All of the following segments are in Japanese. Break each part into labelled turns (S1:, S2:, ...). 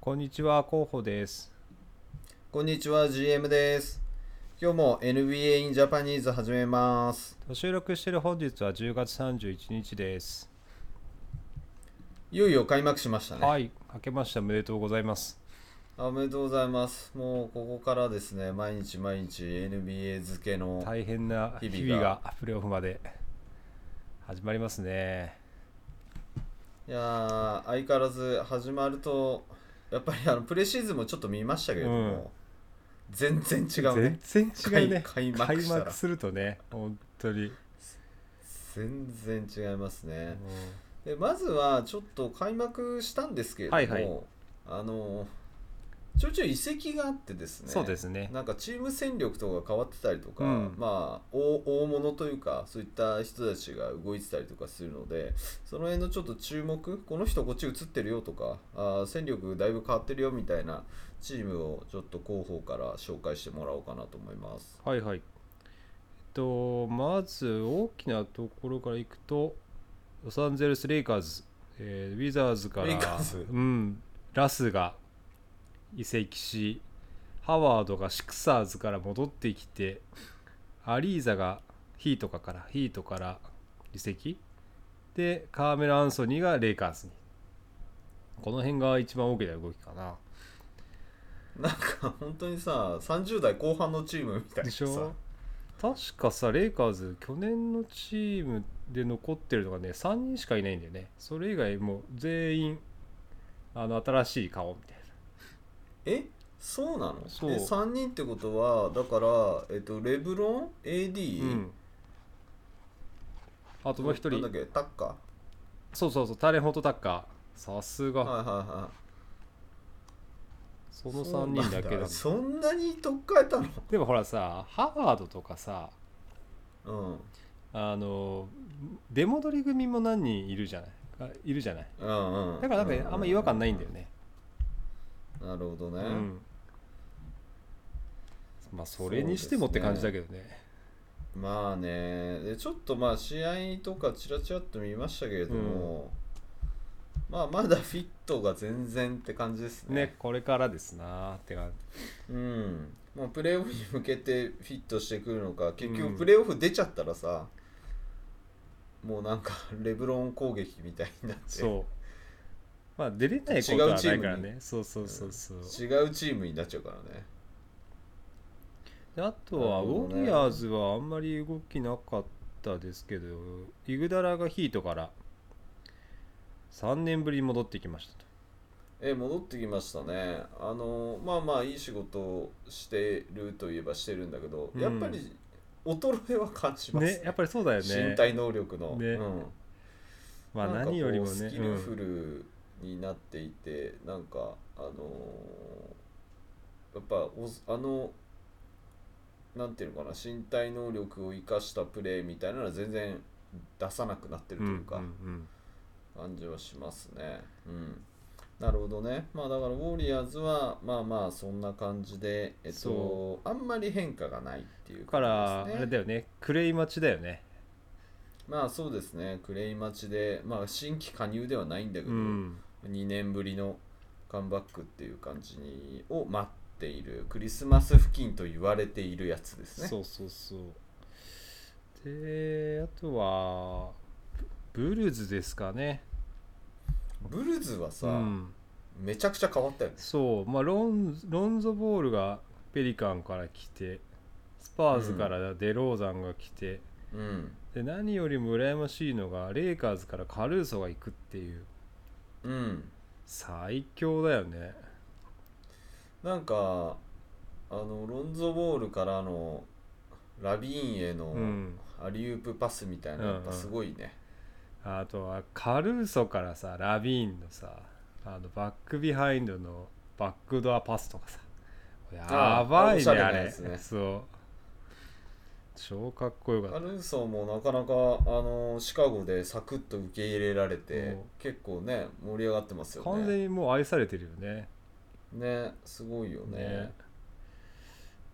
S1: こんにちは、広報です。
S2: こんにちは GM です。今日も NBA in Japanese 始めます。
S1: と収録している本日は10月31日です。
S2: いよいよ開幕しましたね。
S1: はい、明けましておめでとうございます。
S2: おめでとうございます。もうここからですね、毎日毎日 NBA 付けの、
S1: 大変な日
S2: 日々が
S1: 々がプレオフまで始まりますね。
S2: い、やー相変わらず始まるとやっぱりあのプレシーズンもちょっと見ましたけれども、全然違うね。
S1: 全然違うね。
S2: 開開幕したら
S1: するとね、本当に。
S2: 全然違いますね。
S1: う
S2: でまずはちょっと開幕したんですけれども、
S1: はいはい
S2: あのちょいちょい移籍があってです
S1: ん
S2: ね。
S1: そうですね。
S2: なんかチーム戦力とか変わってたりとか、
S1: うん
S2: まあ大大物というかそういった人たちが動いてたりとかするのでその辺のちょっと注目この人こっち映ってるよとかあー戦力だいぶ変わってるよみたいなチームをちょっと広報から紹介してもらおうかなと思います。
S1: はいはい。えっと、まず大きなところからいくと、ロサンゼルス・レイカーズ、えーウィザーズから、
S2: レイカーズ
S1: うん、ラスが移籍し、ハワードがシクサーズから戻ってきて、アリーザがヒートかから、ヒートから移籍で、カーメル・アンソニーがレイカーズに。この辺が一番大きな動きかな。
S2: なんか本当にさ30代後半のチームみた
S1: で
S2: いな
S1: し
S2: さ
S1: ょ確かさレイカーズ去年のチームで残ってるのがね3人しかいないんだよねそれ以外もう全員あの新しい顔みたい
S2: えそうなの
S1: そう
S2: え3人ってことはだから、えっと、レブロン AD、
S1: な、うん、あともう一
S2: なん
S1: 人
S2: だっけタッカー
S1: そうそうそうタレンホトタッカーさすが、
S2: はいはいはい
S1: その3人だけだ
S2: そうなんだそんなに取っかえたの
S1: でもほらさハワードとかさ
S2: うん
S1: あの出戻り組も何人いるじゃないあいるじゃない
S2: うんうん
S1: だからなんかあんま違和感ないんだよ
S2: ね
S1: ね
S2: なるほどね、
S1: うん、まあそれにしてもって感じだけどね
S2: まあねでちょっとまあ試合とかちらちらっと見ましたけれども、まあまだフィットが全然って感じですね
S1: ねこれからですなーって感
S2: うんもうプレーオフに向けてフィットしてくるのか結
S1: うん
S2: 局プレーオフ出ちゃったらさ、もうなんか レブロン攻撃みたいになって
S1: じそうまあ出れないことはないから
S2: 違うチーム
S1: ねそうそうそうそう、
S2: 違うチームになっちゃうからね
S1: であとは
S2: な
S1: ウ
S2: るほど
S1: ォ
S2: ね
S1: リアーズはあんまり動きなかったですけどイグダラがヒートから3年ぶりに戻ってきましたと
S2: えー戻ってきましたねあのーまあまあいい仕事をしてるといえばしてるんだけど、
S1: うん
S2: やっぱり衰えは感じます
S1: ねやっぱりそうだよね
S2: 身体能力の、
S1: ね
S2: うん
S1: まあ
S2: なんかこう
S1: 何よりもね
S2: スキ
S1: う
S2: ル
S1: ん
S2: フルになっていて、なんかあのーやっぱおあのなんていうのかな身体能力を生かしたプレーみたいなのは全然出さなくなってる
S1: う
S2: と
S1: んう
S2: いうか、
S1: ん
S2: 感じはしますね。うん、なるほどね。まあだからウォリアーズはまあまあそんな感じで、えっ
S1: そ
S2: と、あんまり変化がないっていう
S1: だから
S2: 感
S1: あ
S2: じですね
S1: れだよねクレイ待ちだよね
S2: まあそうですね、クレイ待ちで、まあ新規加入ではないんだけ
S1: う
S2: ど、
S1: ん
S2: 2年ぶりのカムバックっていう感じにを待っている、クリスマス付近と言われているやつですね。
S1: そうそうそうであとはブルーズですかね
S2: ブルズはさ、
S1: うん、
S2: めちゃくちゃ変わったよね。
S1: そうまあロンロンゾボールがペリカンから来てスパーズからデローザンが来て、
S2: うん。
S1: で何よりも羨ましいのがレイカーズからカルーソが行くっていう
S2: うん。
S1: 最強だよね
S2: なんかあのロンゾボールからのラビーンへの
S1: うん
S2: アリウープパスみたいな
S1: うん
S2: やっぱすごいね、
S1: あとはカルーソからさラビーンのさあのバックビハインドのバックドアパスとかさやばい
S2: お
S1: ね
S2: しゃれ
S1: あ
S2: な
S1: れ
S2: やつね
S1: そう超かっこよかっ
S2: カ
S1: た
S2: ルーソもなかなかあのシカゴでサクッと受け入れられて
S1: うん
S2: 結構ね盛り上がってますよ
S1: 完全
S2: ね
S1: にもう愛されてるよね
S2: ねすごいよね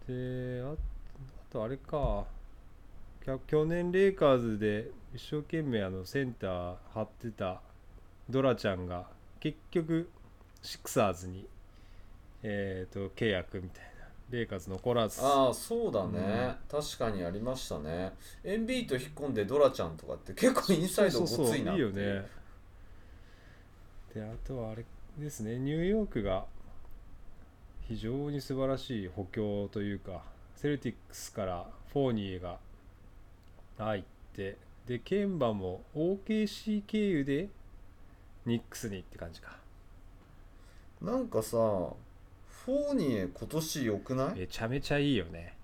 S1: でああとあれかきゃ去年レイカーズで一生懸命あのセンター張ってたドラちゃんが結局シクサーズにえー、と契約みたいなレイカーズ残らず
S2: ああそうだね、確かにありましたねエンビート引っ込んでドラちゃんとかって結構インサイドごつい
S1: そうそ
S2: なって
S1: うそういいよねであとはあれですねニューヨークが非常に素晴らしい補強というかセルティックスからフォーニエが入ってでケンバも OKC 経由でニックスにって感じか
S2: なんかさフォーニエ今年良くない
S1: めちゃめちゃいいよね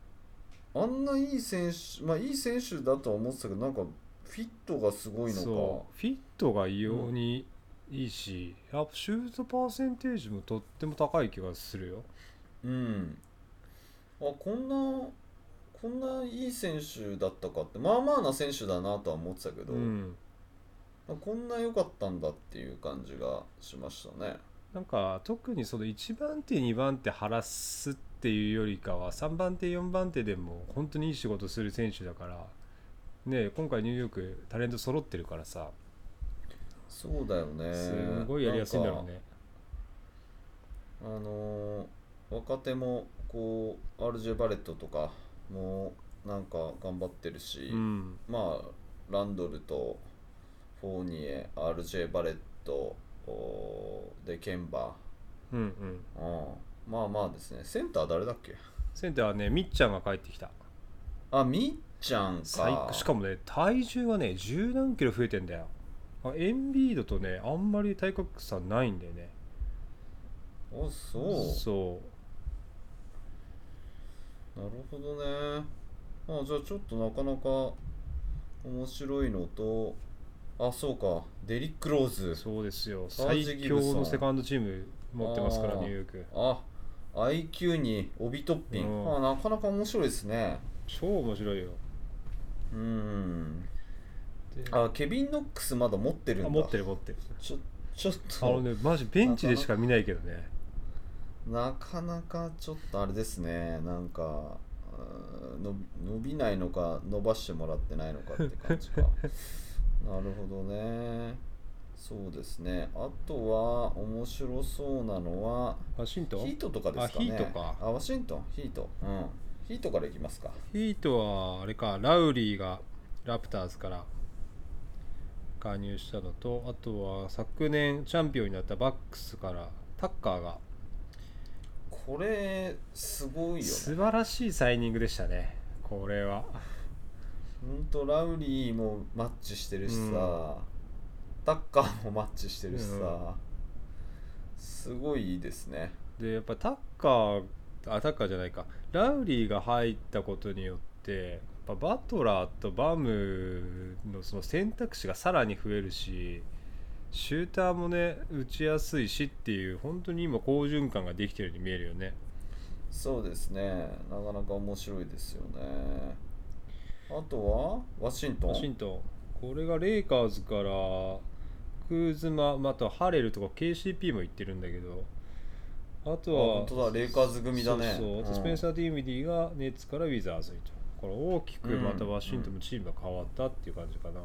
S2: あんないい選手まあいい選手だとは思ってたけどなんかフィットがすごいの
S1: そうフィットが異様にいいし、やっぱシュートパーセンテージもとっても高い気がするよ
S2: かうんあこんなこんないい選手だったかってまあまあな選手だなとは思ってたけど、
S1: ん
S2: こんな良かったんだっていう感じがしましたね
S1: なんか特にその1番手2番手晴らすっていうよりかは3番手4番手でも本当にいい仕事する選手だからね今回ニューヨークタレント揃ってるからさ
S2: そうだよね
S1: すごいやりやすいんだろうね、
S2: あのー若手もこう RJ バレットとかもなんか頑張ってるし、
S1: うん
S2: まあランドルとフォーニエ RJ バレットおーでケンバ
S1: うんうん
S2: うんまあまあですねセンター誰だっけ
S1: センターはねみっちゃんが帰ってきた
S2: あみっちゃんか
S1: 最高しかもね体重がね十何キロ増えてんだよあエンビードとねあんまり体格差ないんだよね
S2: あそう
S1: そう
S2: なるほどね。あ、じゃあちょっとなかなか面白いのと、あ、そうか、デリック・ローズ。
S1: そうですよ
S2: サー
S1: 最
S2: ジギブソン
S1: 強のセカンドチーム持ってますから
S2: あー
S1: ニューヨーク
S2: あ、IQ に帯トッピン。
S1: うん
S2: あ、なかなか面白いですね。
S1: 超面白いよ
S2: うん。
S1: で
S2: あ、ケビン・ノックスまだ持ってるん
S1: あ
S2: だ。
S1: 持ってる持ってる
S2: ちょ、ちょっ
S1: あの
S2: と、
S1: ねマジベンチでしか見ないけどね
S2: なかなかちょっとあれですね。なんか、うんの伸びないのか、伸ばしてもらってないのかって感じか。 なるほどね。そうですね。あとは、面白そうなのは、
S1: ワシントン
S2: ヒートとかですかね。
S1: あヒートか
S2: あ、ワシントン、ヒート。うん。ヒートからいきますか。
S1: ヒートはあれかラウリーがラプターズから加入したのとあとは昨年チャンピオンになったバックスからタッカーが
S2: これ、すごいよね。
S1: 素晴らしいサイニングでしたねこれは
S2: ほんと、ラウリーもマッチしてるしさ、
S1: うん
S2: タッカーもマッチしてるしさ、
S1: うん
S2: すごいいいですね。
S1: でやっぱタッカーあタッカーじゃないかラウリーが入ったことによってやっぱバトラーとバムのその選択肢がさらに増えるしシューターもね打ちやすいしっていう本当に今好循環ができてるように見えるよね
S2: そうですね。なかなか面白いですよね。あとは、ワシントン。
S1: ワシントンこれがレイカーズからクーズマまたハレルとか KCP も行ってるんだけどあと
S2: あ
S1: は
S2: 本当だレイカーズ組だね
S1: そうそうあと
S2: うん
S1: スペンサー・ディミディがネッツからウィザーズにとこれ大きくまたワシントンのチームが変わったっていう感じかな、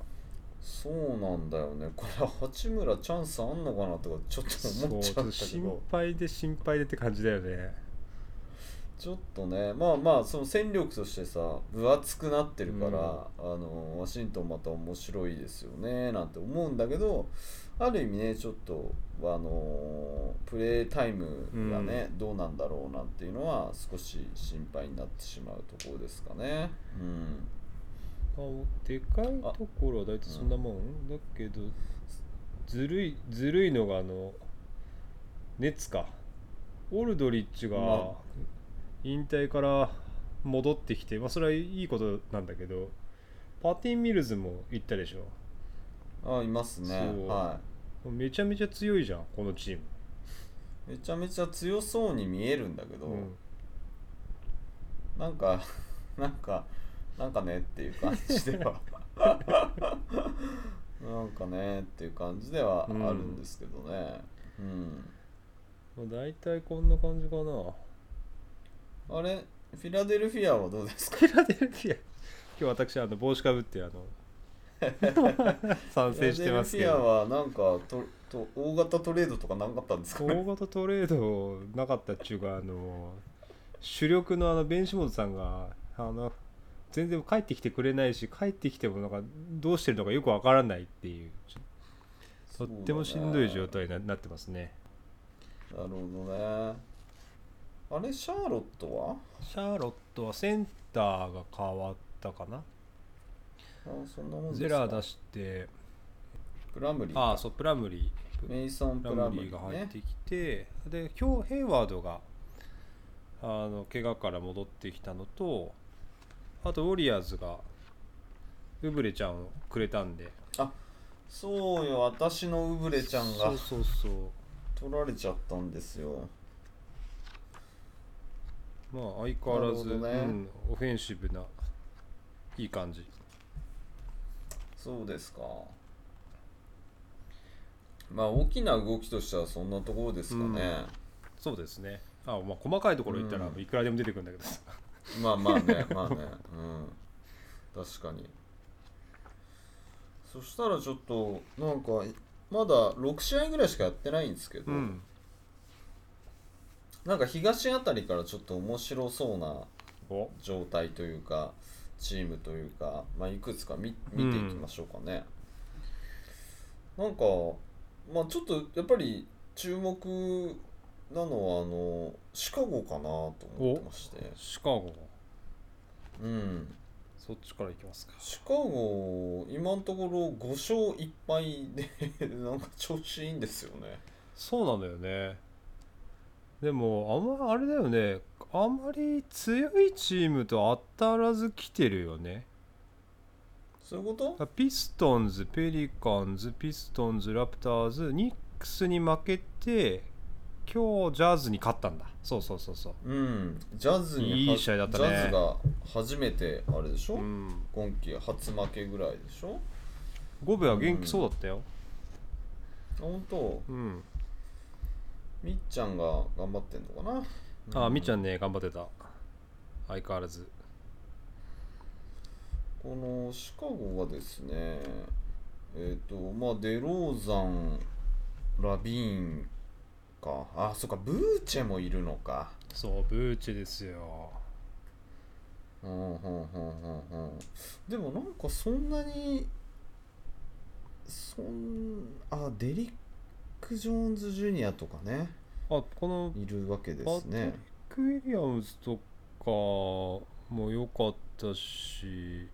S2: そうなんだよね。これ、八村チャンスあんのかなとか、ちょっと
S1: そ
S2: 思っ
S1: う
S2: ち
S1: ち
S2: ゃ
S1: ょ
S2: っ
S1: ったと
S2: け
S1: 心
S2: ど、
S1: 配で心配でって感じだよね
S2: ちょっとね、まあまあ、その戦力としてさ、分厚くなってるから、
S1: うん
S2: あのワシントンまた面白いですよね、なんて思うんだけど、ある意味ね、ちょっと、あのプレータイムがね、どうなんだろうなんていうのは、少し心配になってしまうところですかね。うん
S1: あでかいところは大体そんなもん、だけどずるいずるいのがあの熱かオルドリッチ
S2: まあ
S1: が引退から戻ってきて、まあ、それはいいことなんだけどパティ・ミルズも行ったでしょ
S2: あ、いますね。
S1: そう
S2: はい。
S1: めちゃめちゃ強いじゃんこのチーム、
S2: めちゃめちゃ強そうに見えるんだけど、
S1: うん
S2: なんか なんかなんかねっていう感じではなんかねっていう感じではあるんですけどね、うん
S1: まあ、大体こんな感 じかな
S2: あれフィラデルフィアはどうですか
S1: フィラデルフィア今日私あの帽子かぶってあの賛成してますけ
S2: フィア
S1: ど
S2: はなんかとと大型トレードとかなかったんですか ね
S1: 大型トレードなかったっちゅうかあの主力のあのベンシモンズさんがあの全然帰ってきてくれないし帰ってきてもなんかどうしてるのかよくわからないっていうとってもしんどい状態にななってますね
S2: なるほどねあれシャーロットは
S1: シャーロットはセンターが変わったかな
S2: あそんなもんです
S1: ゼ
S2: か
S1: ラー出して
S2: プラムリー
S1: ああそうプラムリー
S2: メイソン・
S1: プ
S2: プ
S1: ラ
S2: ラ
S1: ム
S2: ム
S1: リ
S2: リ
S1: ー
S2: ー
S1: が
S2: が
S1: 入
S2: 入
S1: っ
S2: ってて
S1: きて、で今日ヘイワードがあの怪我から戻ってきたのとあとウォリアーズがウブレちゃんをくれたんで
S2: そうよ私のウブレちゃんが
S1: そうそうそう
S2: 取られちゃったんですよ
S1: まあ相変わらず、
S2: なるほどね
S1: うん、オフェンシブないい感じ
S2: そうですかまあ大きな動きとしてはそんなところですかね、
S1: そうですねあ、まあ、細かいところ言ったら
S2: うん
S1: いくらでも出てくるんだけどさ、
S2: まあまあ ねまあねうん確かにそしたらちょっとなんかまだ6試合ぐらいしかやってないんですけど、
S1: うん、
S2: なんか東あたりからちょっと面白そうな
S1: お
S2: 状態というかチームというか、まあ、いくつか見見ていきましょうかね。なんか、まあ、ちょっとやっぱり注目なのはあのシカゴかなと思ってまして、
S1: シカゴ
S2: うん、
S1: そっちからいきますか
S2: シカゴ今のところ5勝1敗で なんか調子いいんですよね。
S1: そうなんだよねでもあんまあれだよねあんまり強いチームと当たらず来てるよね
S2: そういうこと
S1: ピストンズペリカンズピストンズラプターズニックスに負けて今日ジャズに勝ったんだそうそうそうそう
S2: うん、ジャズにはい
S1: い試合だったね
S2: ジャズが初めてあれでしょ、
S1: うん
S2: 今季初負けぐらいでしょ
S1: ゴベは元気そうだったよ
S2: あ本当
S1: うん、
S2: みっちゃんが頑張ってんのかな
S1: あみっちゃん
S2: ん
S1: ね頑張ってた相変わらず
S2: このシカゴがですねえっ、とまあデローザンラビーンかあそっかブーチェもいるのか
S1: そうブーチェですよ
S2: うんうんうんうんうんでもなんかそんなにそんあデリック・ジョーンズ・ジュニアとかね
S1: あこの
S2: いるわけで
S1: パ
S2: す
S1: トリッ
S2: ね
S1: ク・ウィリアムズとかも良かったし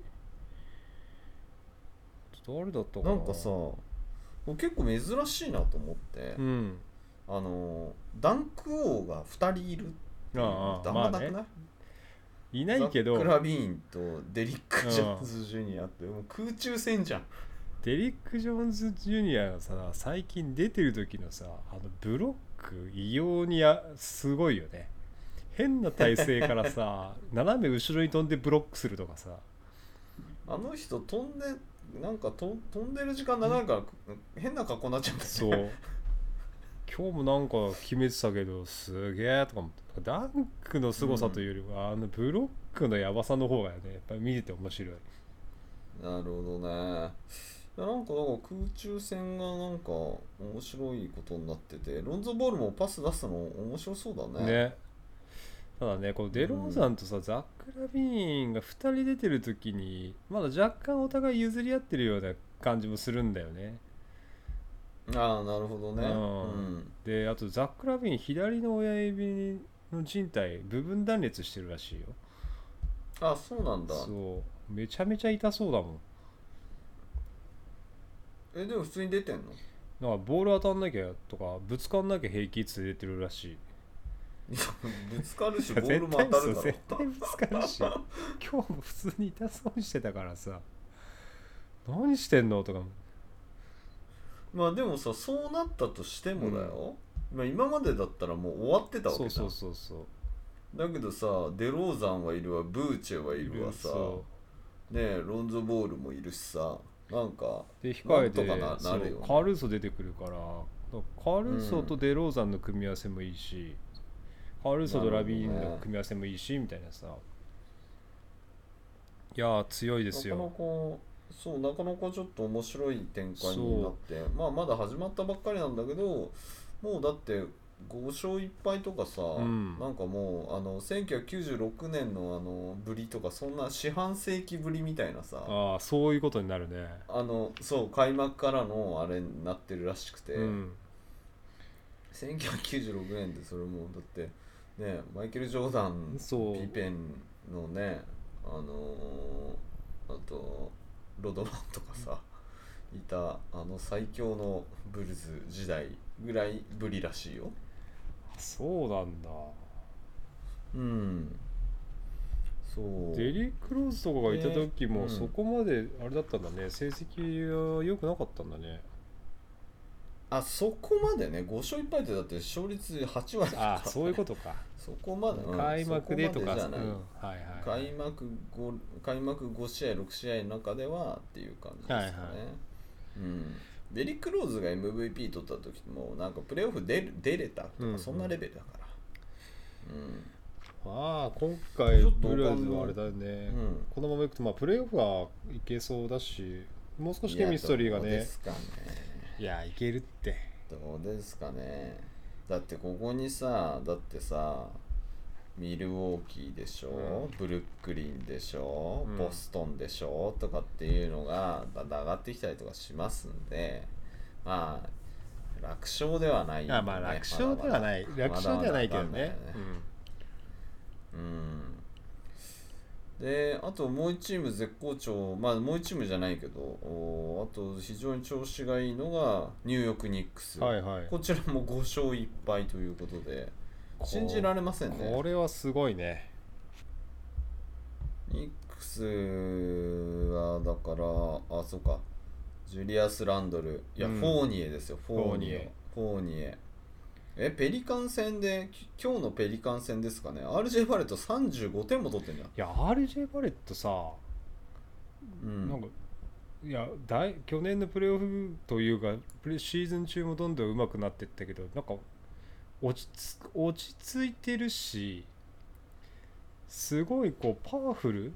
S1: 誰だったかな
S2: なんかさもう結構珍しいなと思って、
S1: うん
S2: あのーダンク王が2人いるってい
S1: あ
S2: うの
S1: あ
S2: っ
S1: あ
S2: て
S1: あ
S2: あん
S1: ま
S2: ま
S1: あ
S2: なくない、
S1: ねいないけ
S2: ザッ
S1: ど
S2: ク・ラビーンとデリック・ジョーンズ・ジュニアってもう空中戦じゃん
S1: デリック・ジョーンズ・ジュニアがさ最近出てる時のさあのブロック異様にあすごいよね変な体勢からさ 斜め後ろに飛んでブロックするとかさ
S2: あの人飛んでなんかと飛んでる時間長いから、変な格好になっちゃうんです
S1: そう今日もなんか決めてたけどすげえとか思ってダンクの凄さというよりは、あのブロックのやばさの方がねやっぱり見てて面白い
S2: なるほどねいやなんかなんか空中戦がなんか面白いことになっててロンゾボールもパス出すの面白そうだ
S1: ね
S2: ね
S1: ただねこのデローザンとさ、ザック・ラビーンが2人出てる時にまだ若干お互い譲り合ってるような感じもするんだよね
S2: ああなるほどね
S1: う
S2: うんん
S1: であとザック・ラビーン左の親指の靭帯部分断裂してるらしいよ
S2: あそうなんだ
S1: そうめちゃめちゃ痛そうだもん
S2: えでも普通に出てんの
S1: なんかボール当たんなきゃとかぶつかんなきゃ平気っつって出てるらしい
S2: いや ぶつかるし、
S1: い
S2: ボ
S1: や
S2: ールも当たる
S1: そう
S2: だ
S1: 絶対ぶつかるし今日も普通に痛そうにしてたからさ何してんのとかも
S2: ろ。まあでもさ、そうなったとしてもだよ。まあ今までだったらもう終わってたわ
S1: そ
S2: け
S1: う
S2: じゃ
S1: そ
S2: ん
S1: う。そうそう
S2: だけどさ、デローザンはいるわ、ブーチェはいるわさ、
S1: そ
S2: ねえロンゾボールもいるしさ、なんか、
S1: うで控え
S2: なんとかな
S1: てそう
S2: なるよね
S1: カルーソ出てくるからカルーソとデローザンの組み合わせもいいし、カルーソとラビーンの組み合わせもいいしみたいなさいやー強いです
S2: な
S1: よ
S2: かなかそうなかなかちょっと面白い展開になってまあまだ始まったばっかりなんだけどもうだって5勝1敗とかさ、
S1: ん
S2: なんかもうあの1996年のあのぶりとかそんな四半世紀ぶりみたいなさ
S1: ああそういうことになるね
S2: あのそう開幕からのあれになってるらしくて、
S1: うん
S2: 1996年ってそれもうだってねマイケル・ジョーダン
S1: そう
S2: ピペンのねあのーあとロドマンとかさいたあの最強のブルズ時代ぐらいぶりらしいよ
S1: そうなんだ
S2: うんそう
S1: デリーク・ローズとかがいた時
S2: ねう
S1: も
S2: ん
S1: そこまであれだったんだね成績は良くなかったんだね
S2: あそこまでね5勝1敗ってだって勝率8割だから
S1: ああそういうことか
S2: そこまで、うん
S1: 開幕でとか
S2: そこまでじゃない、
S1: うんはいはい
S2: 開幕 5, 開幕5試合6試合の中ではっていう感じですか
S1: は
S2: ね、
S1: いはい
S2: うん、デリック・ローズが MVP 取った時もなんかプレーオフ出る出れた
S1: う
S2: と
S1: んう
S2: か
S1: ん
S2: そんなレベルだから、
S1: まあ今回
S2: ちょっと
S1: ブルーズはあれだ
S2: う
S1: ね、
S2: んうん
S1: このままいくとまあプレーオフはいけそうだしもう少しケミストリーが
S2: いやどう
S1: ね
S2: ですかね
S1: いやいけるって
S2: どうですかねだってここにさだってさミルウォーキーでしょ、ブルックリンでしょ、
S1: うん
S2: ボストンでしょとかっていうのがだんだん上がってきたりとかしますんでまあ楽勝ではないよね、
S1: あまあ楽勝ではない
S2: まだまだ
S1: 楽勝ではないけど
S2: まだま
S1: ね
S2: だうんであともう1チーム絶好調、まあ、もう1チームじゃないけどおーあと非常に調子がいいのがニューヨーク・ニック
S1: う
S2: ス、
S1: んはいはい
S2: こちらも5勝1敗ということで
S1: こ
S2: 信じられません
S1: こ
S2: ね
S1: れはすごいね
S2: ニックスはだからあそうかジュリアス・ランドルいや、
S1: うん
S2: フォーニエですよフォーニエフォーニエえペリカン戦でき今日のペリカン戦ですかね RJ バレット35点も取ってんじゃん
S1: いや RJ バレットさ、
S2: うん
S1: なんかいや大去年のプレーオフというかプレシーズン中もどんどん上手くなってったけどなんか落ちつ落ち着いてるしすごいこうパワフル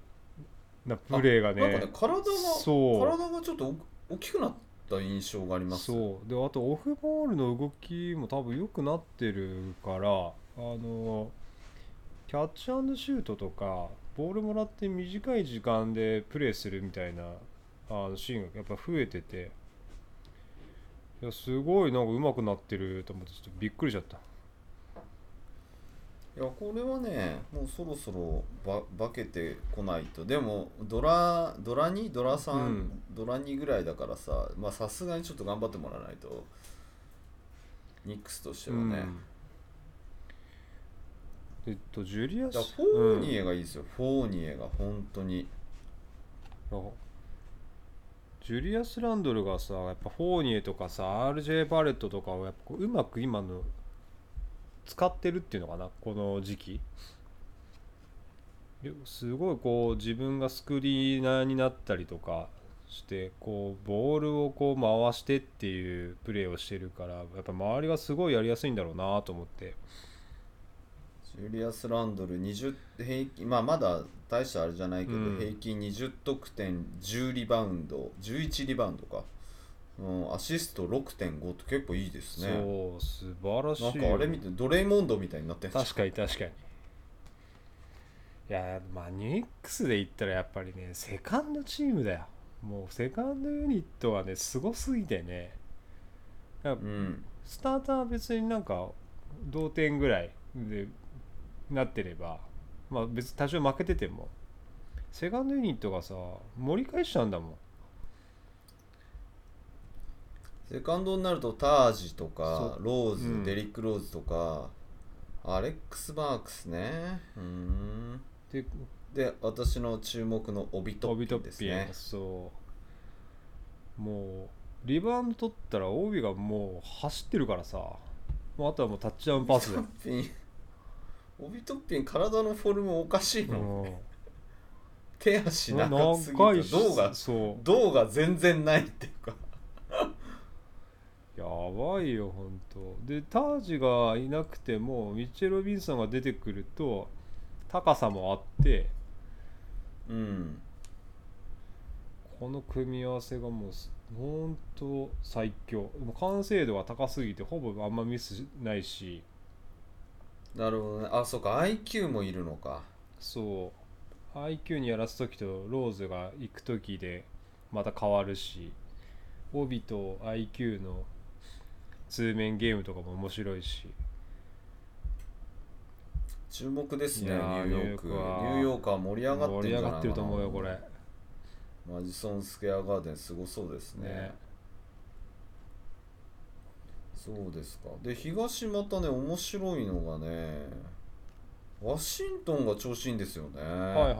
S1: なプレーが
S2: なんか
S1: ね
S2: ね体が
S1: そう
S2: 体がちょっとお大きくなった印象があります
S1: そうであとオフボールの動きも多分良くなってるからあのキャッチアンドシュートとかボールもらって短い時間でプレーするみたいなあのシーンがやっぱ増えてていやすごいなんか上手くなってると思ってちょっとびっくりしちゃった
S2: いやこれはねもうそろそろば化けてこないとでもドラドラ2ドラ3、
S1: うん
S2: ドラ2ぐらいだからさまあさすがにちょっと頑張ってもらわないとニックスとしてはね、
S1: うんえっとジュリア
S2: だから
S1: ス
S2: フォー
S1: うん
S2: ニエがいいですよ、フォーニエが本当に
S1: なんかジュリアス・ランドルがさやっぱフォーニエとかさ RJ バレットとかをやっぱこううまく今の使ってるっていうのかなこの時期よすごいこう自分がスクリーナーになったりとかしてこうボールをこう回してっていうプレーをしてるからやっぱ周りがすごいやりやすいんだろうなと思って
S2: ジュリアス・ランドル20平均、まあ、まだ大したあれじゃないけど、
S1: うん
S2: 平均20得点10リバウンド11リバウンドか、うん、アシスト6.5って結構いいですね
S1: そう素晴らしい
S2: な
S1: よ
S2: んかあれ見てドレイモンドみたいになってんじゃ ん
S1: 確かに確かにいやまあニックスで言ったらやっぱりねセカンドチームだよもうセカンドユニットはねすごすぎてねだから
S2: うん
S1: スターターは別になんか同点ぐらいでなってればまあ別に多少負けててもセカンドユニットがさ盛り返しちゃうんだもん
S2: セカンドになるとタージとか
S1: そ
S2: ローズ、
S1: うん
S2: デリック・ローズとかアレックス・バークスねうん
S1: で
S2: で私の注目のオビト
S1: 飛
S2: ッ
S1: び
S2: ピ
S1: ト
S2: ンで
S1: ッ
S2: す
S1: ピン、
S2: ね
S1: そうもうリバウンド取ったら帯がもう走ってるからさもうあとはもうタッチダウンパスだよ
S2: オビトッピンオビトッピン体のフォルムおかしいもん
S1: う
S2: 手足
S1: ん
S2: 長すぎ
S1: 長い
S2: て
S1: し
S2: 胴が
S1: そ
S2: 胴が全然ないっていうか
S1: うやばいよ本当でタージがいなくてもミッチェル・ロビンソンが出てくると高さもあって
S2: うん
S1: この組み合わせがもうす本当最強もう完成度が高すぎてほぼあんまミスしないし
S2: なるほどねあそうか IQ もいるのか
S1: そう IQ にやらす時とローズが行く時でまた変わるし帯と IQ の通面ゲームとかも面白いし
S2: 注目ですね
S1: い
S2: ニ
S1: やー
S2: ューヨークニ
S1: ニューヨーク
S2: ュ
S1: は
S2: ーヨークは盛り上がっ
S1: 盛
S2: て
S1: り
S2: る
S1: 上
S2: んじゃないかな
S1: がってると思うよこれ
S2: マジソンスクエアガーデンすごそうですね
S1: ね
S2: そうですかで東またね面白いのがねワシントンが調子いいんですよね
S1: はいはいはい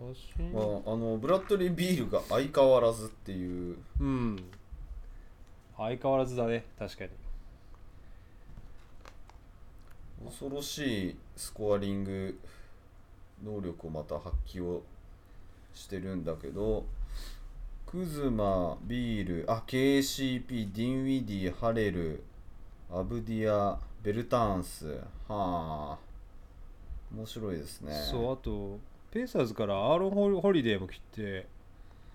S1: ワシン
S2: まあ、あのブラッドリー・ビールが相変わらずっていう
S1: うん相変わらずだね確かに
S2: 恐ろしいスコアリング能力をまた発揮をしてるんだけどクズマ、ビール、あ、KCP、ディンウィディ、ハレル、アブディア、ベルタンス、はあ、面白いですね。
S1: そうあとペイサーズからアーロンホリ・ホリデーも来て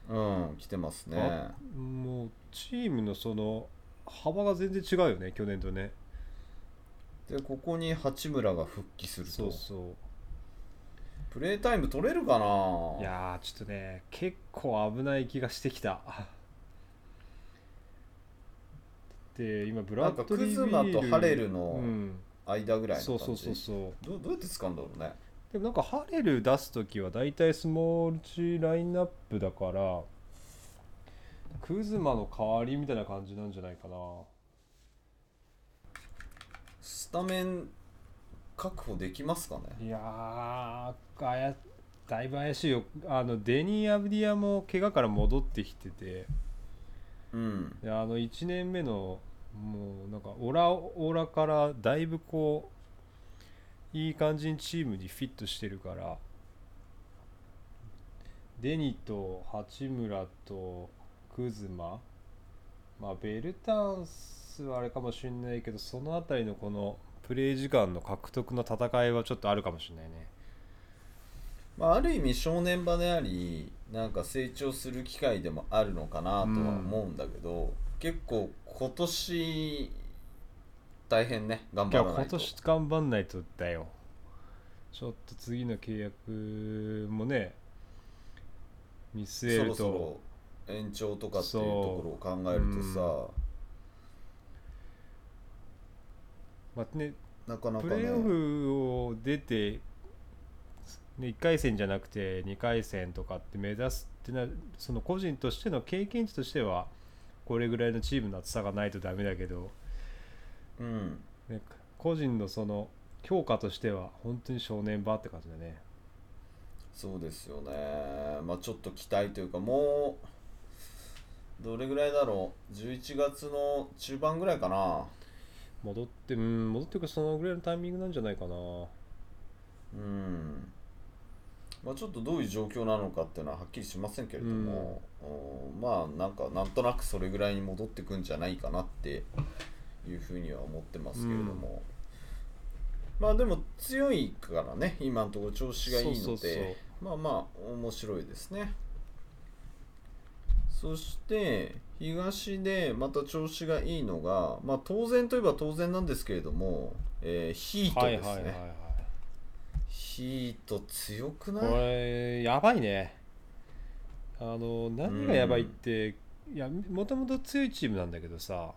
S2: う。うん、来てますね
S1: あ。もうチームのその幅が全然違うよね去年とね
S2: で、ここに八村が復帰すると。
S1: そうそ
S2: プレータイム取れるかな
S1: ういやーちょっとね結構危ない気がしてきた で今ブラッドリー・ビール
S2: なんかクズマとハレルの
S1: うん、
S2: 間ぐらいの
S1: そ
S2: 感
S1: う
S2: じ
S1: そうそうそう
S2: どうどうやって使うんだろうね。
S1: でもなんかハレル出す時は大体スモールチラインナップだからクズマの代わりみたいな感じなんじゃないかな
S2: スタメン確保できますかね
S1: いやーあやだいぶ怪しいよあのデニー・アブディアも怪我から戻ってきてて
S2: うん
S1: であの1年目のもうなんかオラオラからだいぶこういい感じにチームにフィットしてるからデニと八村とクズマ、まあ、ベルタンスはあれかもしれないけどその辺りのこのプレー時間の獲得の戦いはちょっとあるかもしれないね。
S2: まあ、ある意味正念場でありなんか成長する機会でもあるのかなとは思うんだけど、結構今年大変ね頑
S1: いや
S2: 張らな
S1: 今
S2: いと
S1: 年頑張んないとだよちょっと次の契約もね見据え
S2: そ
S1: る
S2: ろ
S1: と
S2: そろ延長とかっていうところを考えるとさ、
S1: まあね、
S2: なかなか
S1: プ
S2: ね
S1: レーオフを出て、ね、1回戦じゃなくて2回戦とかって目指すってなその個人としての経験値としてはこれぐらいのチームの厚さがないとダメだけど、
S2: うん
S1: ね、個人のその強化としては本当に正念場って感じだね。
S2: そうですよね、まあ、ちょっと期待というか、もうどれぐらいだろう、11月の中盤ぐらいかな、
S1: 戻って、うん、戻ってくるそのぐらいのタイミングなんじゃないかな。
S2: うんまあ、ちょっとどういう状況なのかっていうのははっきりしませんけれども、うんまあ、なんかなんとなくそれぐらいに戻ってくんじゃないかなっていうふうには思ってますけれども。まあでも強いからね、今のところ調子がいいので、
S1: そうそうそう
S2: まあまあ面白いですねそして東でまた調子がいいのが、まあ、当然といえば当然なんですけれども、えーヒート
S1: はい
S2: です
S1: は
S2: ね、
S1: いはいはい。
S2: ヒート強く
S1: こ
S2: ない
S1: れ、やばいね。あの、何がやばいって、いや、もともと強いチームなんだけどさ、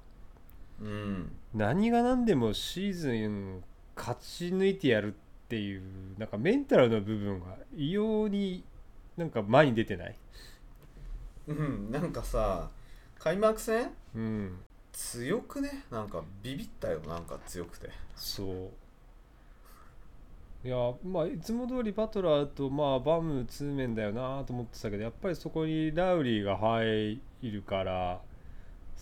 S2: うん
S1: 何が何でもシーズン勝ち抜いてやるっていう、なんかメンタルの部分が異様になんか前に出てない。
S2: うんなんかさ開幕戦
S1: うん、
S2: 強くねなんかビビったよなんか強くて
S1: そう。いやまあ、いつも通りバトラーと、まあ、バム通面だよなと思ってたけどやっぱりそこにラウリーが入るから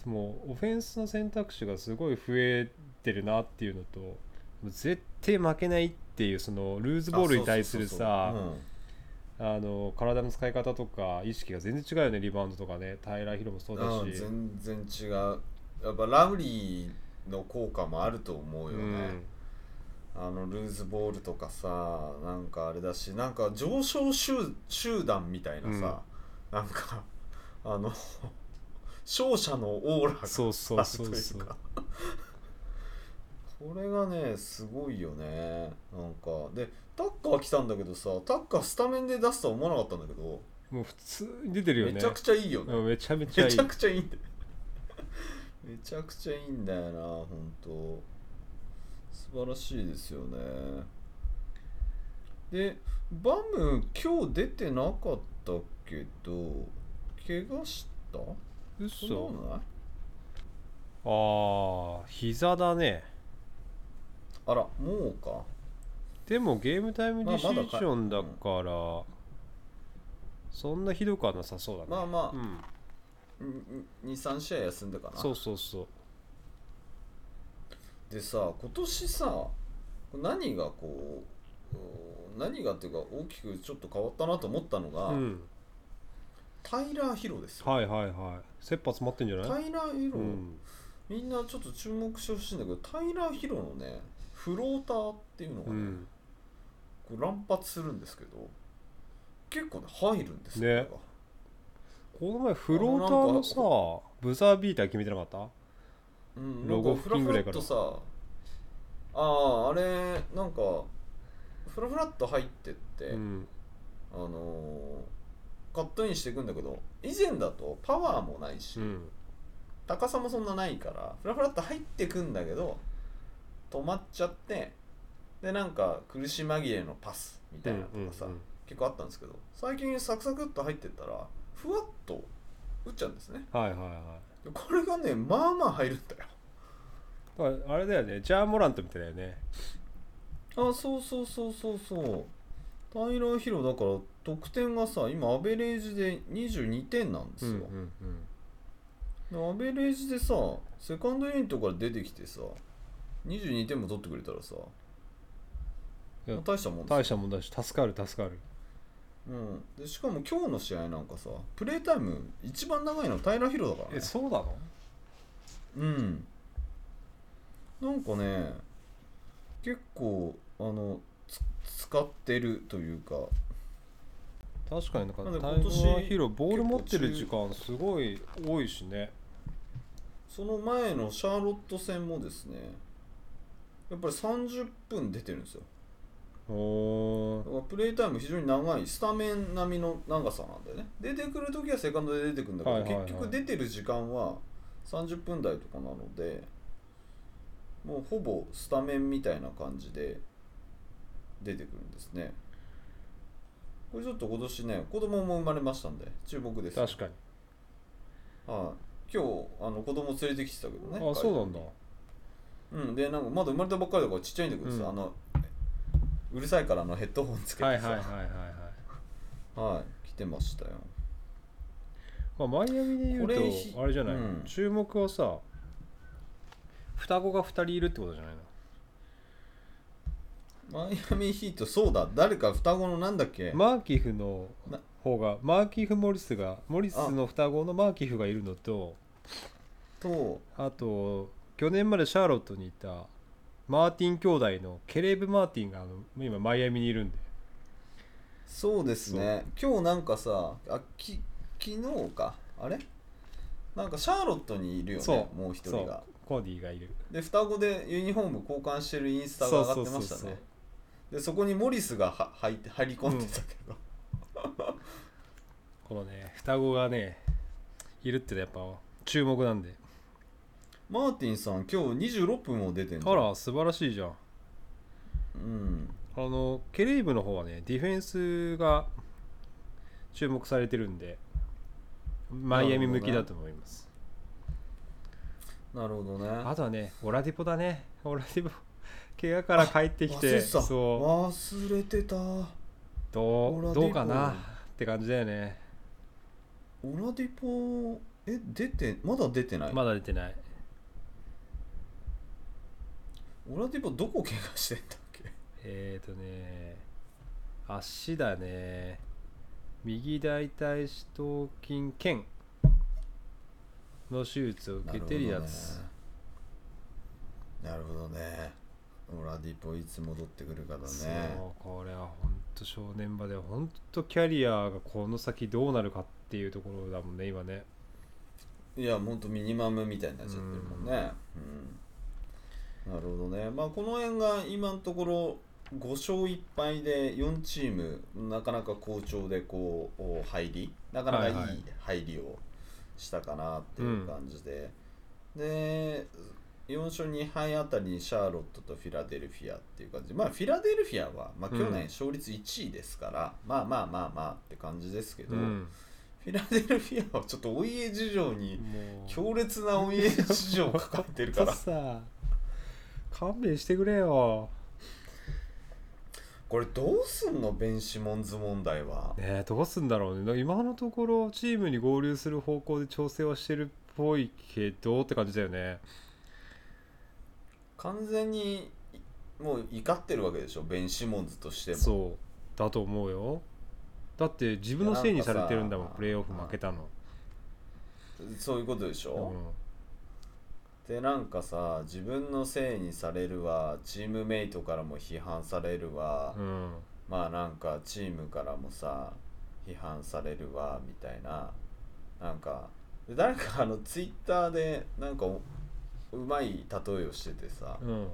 S1: もうオフェンスの選択肢がすごい増えてるなっていうのともう絶対負けないっていうそのルーズボールに対する
S2: あ
S1: さ
S2: そうそうそう
S1: あの体の使い方とか意識が全然違うよねリバウンドとかねタイラー・ヒロもそう
S2: そううん
S1: だし。
S2: うん全然違うやっぱラウリーの効果もあると思うよね、
S1: うん
S2: あのルーズボールとかさなんかあれだしなんか上昇集集団みたいなさ、なんかあの勝者のオーラが
S1: そうそうそうそう
S2: あるというかこれがねすごいよねなんかでタッカー来たんだけどさタッカースタメンで出すとは思わなかったんだけど、
S1: もう普通に出てるよね
S2: めちゃくちゃいいよね、
S1: うんめちゃめちゃ
S2: め
S1: いい
S2: ちゃくちゃいいんだよめちゃくちゃいいんだよな本当素晴らしいですよねでバム今日出てなかったけど怪我した
S1: 嘘
S2: んなことな
S1: ああ
S2: い
S1: 膝だね
S2: あらもうか
S1: でもゲームタイムディシジョン
S2: まあ
S1: だ
S2: ま
S1: か
S2: だ
S1: ら、そんなひどくはなさそうだね
S2: まあまあ
S1: うん、
S2: 23試合休んだかな
S1: そうそうそう
S2: でさ今年さ何がこううん何がっていうか大きくちょっと変わったなと思ったのが、
S1: うん
S2: タイラー・ヒロですよ
S1: はいはいはい切羽詰まってんじゃな
S2: タ
S1: い
S2: イラー・ヒロ、
S1: うん、
S2: みんなちょっと注目してほしいんだけどタイラー・ヒロのねフローターっていうのが
S1: う
S2: ね、
S1: ん、
S2: こう乱発するんですけど結構ね入るんですよ、
S1: ね
S2: こ
S1: この前フローターのさ
S2: あ
S1: ブザービーター決めてなかった
S2: れがうん、
S1: ロ
S2: ロ
S1: ゴ
S2: ゴフ
S1: 付
S2: ラ
S1: 近ぐ
S2: フ
S1: ら
S2: ラ
S1: いか
S2: ッ
S1: ら
S2: とさあああれなんかフラフラっと入ってって、
S1: うん
S2: あのーカットインしていくんだけど以前だとパワーもないし、
S1: うん
S2: 高さもそんなないからフラフラっと入ってくんだけど止まっちゃってでなんか苦し紛れのパスみたいなのとかさ、
S1: うんうんうん
S2: 結構あったんですけど最近サクサクっと入ってったらふわっと打っちゃうんですね
S1: はいはいは
S2: これがねまあまあ入るんだよ
S1: いだからあれだよねジャーモラントみたいだよね
S2: あそうそうそうそうそうタイラー・ヒロだから得点がさ今アベレージで22点なんです
S1: う
S2: よ、
S1: んうんうん
S2: でアベレージでさセカンドユニットから出てきてさ22点も取ってくれたらさ
S1: いや
S2: まあ大したもんで
S1: 大
S2: すよ
S1: したもんだし助かる助かる
S2: うん、でしかも今日の試合なんかさプレータイム一番長いのは平良ヒロだから
S1: え
S2: ね
S1: そうなの
S2: うんなんかね結構あのつ使ってるというか
S1: 確かになんか
S2: なんで
S1: タイ
S2: 今年
S1: ガーヒロボール持ってる時間すごい多いしね
S2: その前のシャーロット戦もですねやっぱり30分出てるんですよ
S1: お
S2: だからプレイタイム非常に長いスタメン並みの長さなんだよね出てくる時はセカンドで出てくるんだけど、
S1: はいはいはい
S2: 結局出てる時間は30分台とかなのでもうほぼスタメンみたいな感じで出てくるんですねこれちょっと今年ね子供も生まれましたんで注目です
S1: 確かに
S2: はい今日あの子供連れてきてたけどね
S1: あそうなんだ
S2: うん、でなんかまだ生まれたばっかりだからちっちゃいんだけどさ、
S1: うん
S2: あのうるさいからあのヘッドホンつけてさ、
S1: はいはいはいはいはい
S2: はい、来てましたよ。
S1: まあマイアミで言う
S2: これひ
S1: とあれじゃない、
S2: うん
S1: 注目はさ双子が2人いるってことじゃないの
S2: マイアミヒート、そうだ、誰か双子のなんだっけ、
S1: マーキフの
S2: な
S1: 方がマーキフ・モリスがモリスの双子のマーキフがいるのと
S2: と、
S1: あと去年までシャーロットにいたマーティン兄弟のケレブ・マーティンがあの今マイアミにいるんで
S2: そうですね、今日なんかさ、あき昨日か、あれなんかシャーロットにいるよね
S1: そ、う
S2: もう一人が。
S1: コーディがいる
S2: で、双子でユニフォーム交換してるインスタが上がってまし
S1: そ
S2: た
S1: うそうそうそう
S2: ね。で、そこにモリスがは入って入り込んでたけど、
S1: このね双子がねいるってのはやっぱ注目なんで
S2: マーティンさん、今日26分も出てんじゃ
S1: あ
S2: ん
S1: ら素晴らしいじゃん
S2: うん、
S1: あのケレイブの方はねディフェンスが注目されてるんでマイアミ向きだと思います、
S2: なるほどね。
S1: あとはねオラディポだねオラディポ怪我から帰ってきて
S2: 忘れてた
S1: そう
S2: 忘れてた。
S1: ど
S2: オラディ
S1: う
S2: ポ
S1: どうかなって感じだよね
S2: オラディポえ出てまだ出てない、
S1: まだ出てない
S2: オラディポどこ怪我してんだっけ
S1: えーとね足だね右大腿四頭筋腱の手術を受けて離脱、
S2: なるほどねオラディポいつ戻ってくるかだ
S1: そ
S2: ね
S1: うこれは本当正念場で本当キャリアがこの先どうなるかっていうところだもんね今ね
S2: いやほんとミニマムみたいになっちゃってるもんねうん、なるほどねまあこの辺が今のところ5勝1敗で4チームなかなか好調でこうお入りなかなかいい
S1: はいはい
S2: 入りをしたかなっていう感じで、で4勝2敗あたりにシャーロットとフィラデルフィアっていう感じでまあフィラデルフィアは、まあ、
S1: うん
S2: 去年勝率1位ですから、まあまあまあまあって感じですけど、
S1: うん
S2: フィラデルフィアはちょっとお家事情に
S1: もう
S2: 強烈なお家事情を抱えてる から
S1: 本当さ勘弁してくれよ
S2: これどうすんのベンシモンズ問題は、
S1: ねえどうすんだろうね今のところチームに合流する方向で調整はしてるっぽいけどって感じだよね
S2: 完全にもう怒ってるわけでしょベンシモンズとしても
S1: そうだと思うよだって自分のせいにされてるんだもん
S2: いやなんかさ
S1: プレーオフ負けたの、
S2: そういうことでし
S1: う
S2: ょ、
S1: ん、
S2: でなんかさ自分のせいにされるわチームメイトからも批判されるわ、
S1: うん、
S2: まあなんかチームからもさ批判されるわみたいななんかで誰かあのツイッターでなんかおうまい例えをしててさ
S1: うん、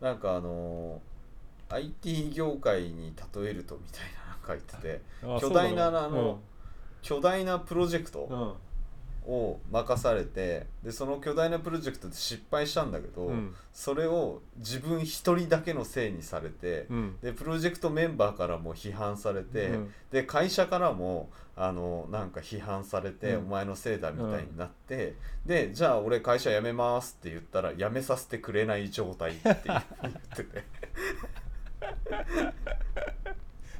S2: なんかあのー IT 業界に例えるとみたいななんか言ってて
S1: あ
S2: 巨大な
S1: そうだろう
S2: あの巨大なプロジェクト
S1: うんうん
S2: を任されてでその巨大なプロジェクトで失敗したんだけど、
S1: うん
S2: それを自分一人だけのせいにされて、
S1: うん
S2: でプロジェクトメンバーからも批判されて、
S1: うん
S2: で会社からもあのなんか批判されて、
S1: うん
S2: お前のせいだみたいになって、でじゃあ俺会社辞めますって言ったら辞めさせてくれない状態って言ってて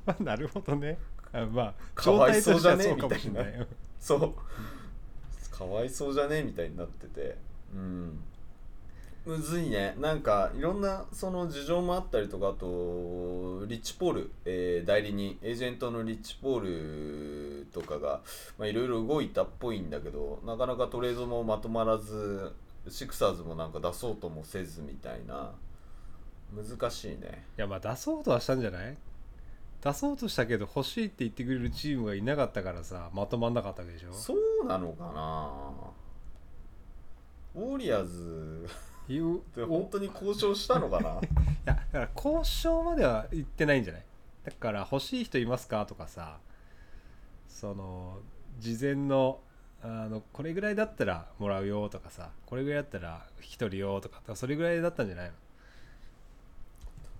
S1: まあなるほどねあまあ
S2: かわいそうじゃ
S1: 状
S2: ね
S1: 態としてはそうかもしれない
S2: みそうかわいそうじゃねみたいになっててうんむずいねなんかいろんなその事情もあったりとかあとリッチポール、えー代理人エージェントのリッチポールとかがまあいろいろ動いたっぽいんだけどなかなかトレードもまとまらずシクサーズもなんか出そうともせずみたいな難しいね
S1: いやまあ出そうとはしたんじゃない出そうとしたけど欲しいって言ってくれるチームがいなかったからさまとまんなかったわけでしょ
S2: そうなのかなウォリアーズ
S1: いう
S2: で
S1: お
S2: 本当に交渉したのかな
S1: いやだから交渉までは行ってないんじゃないだから欲しい人いますかとかさその事前のあのこれぐらいだったらもらうよとかさこれぐらいだったら引き取るよとかだからそれぐらいだったんじゃないの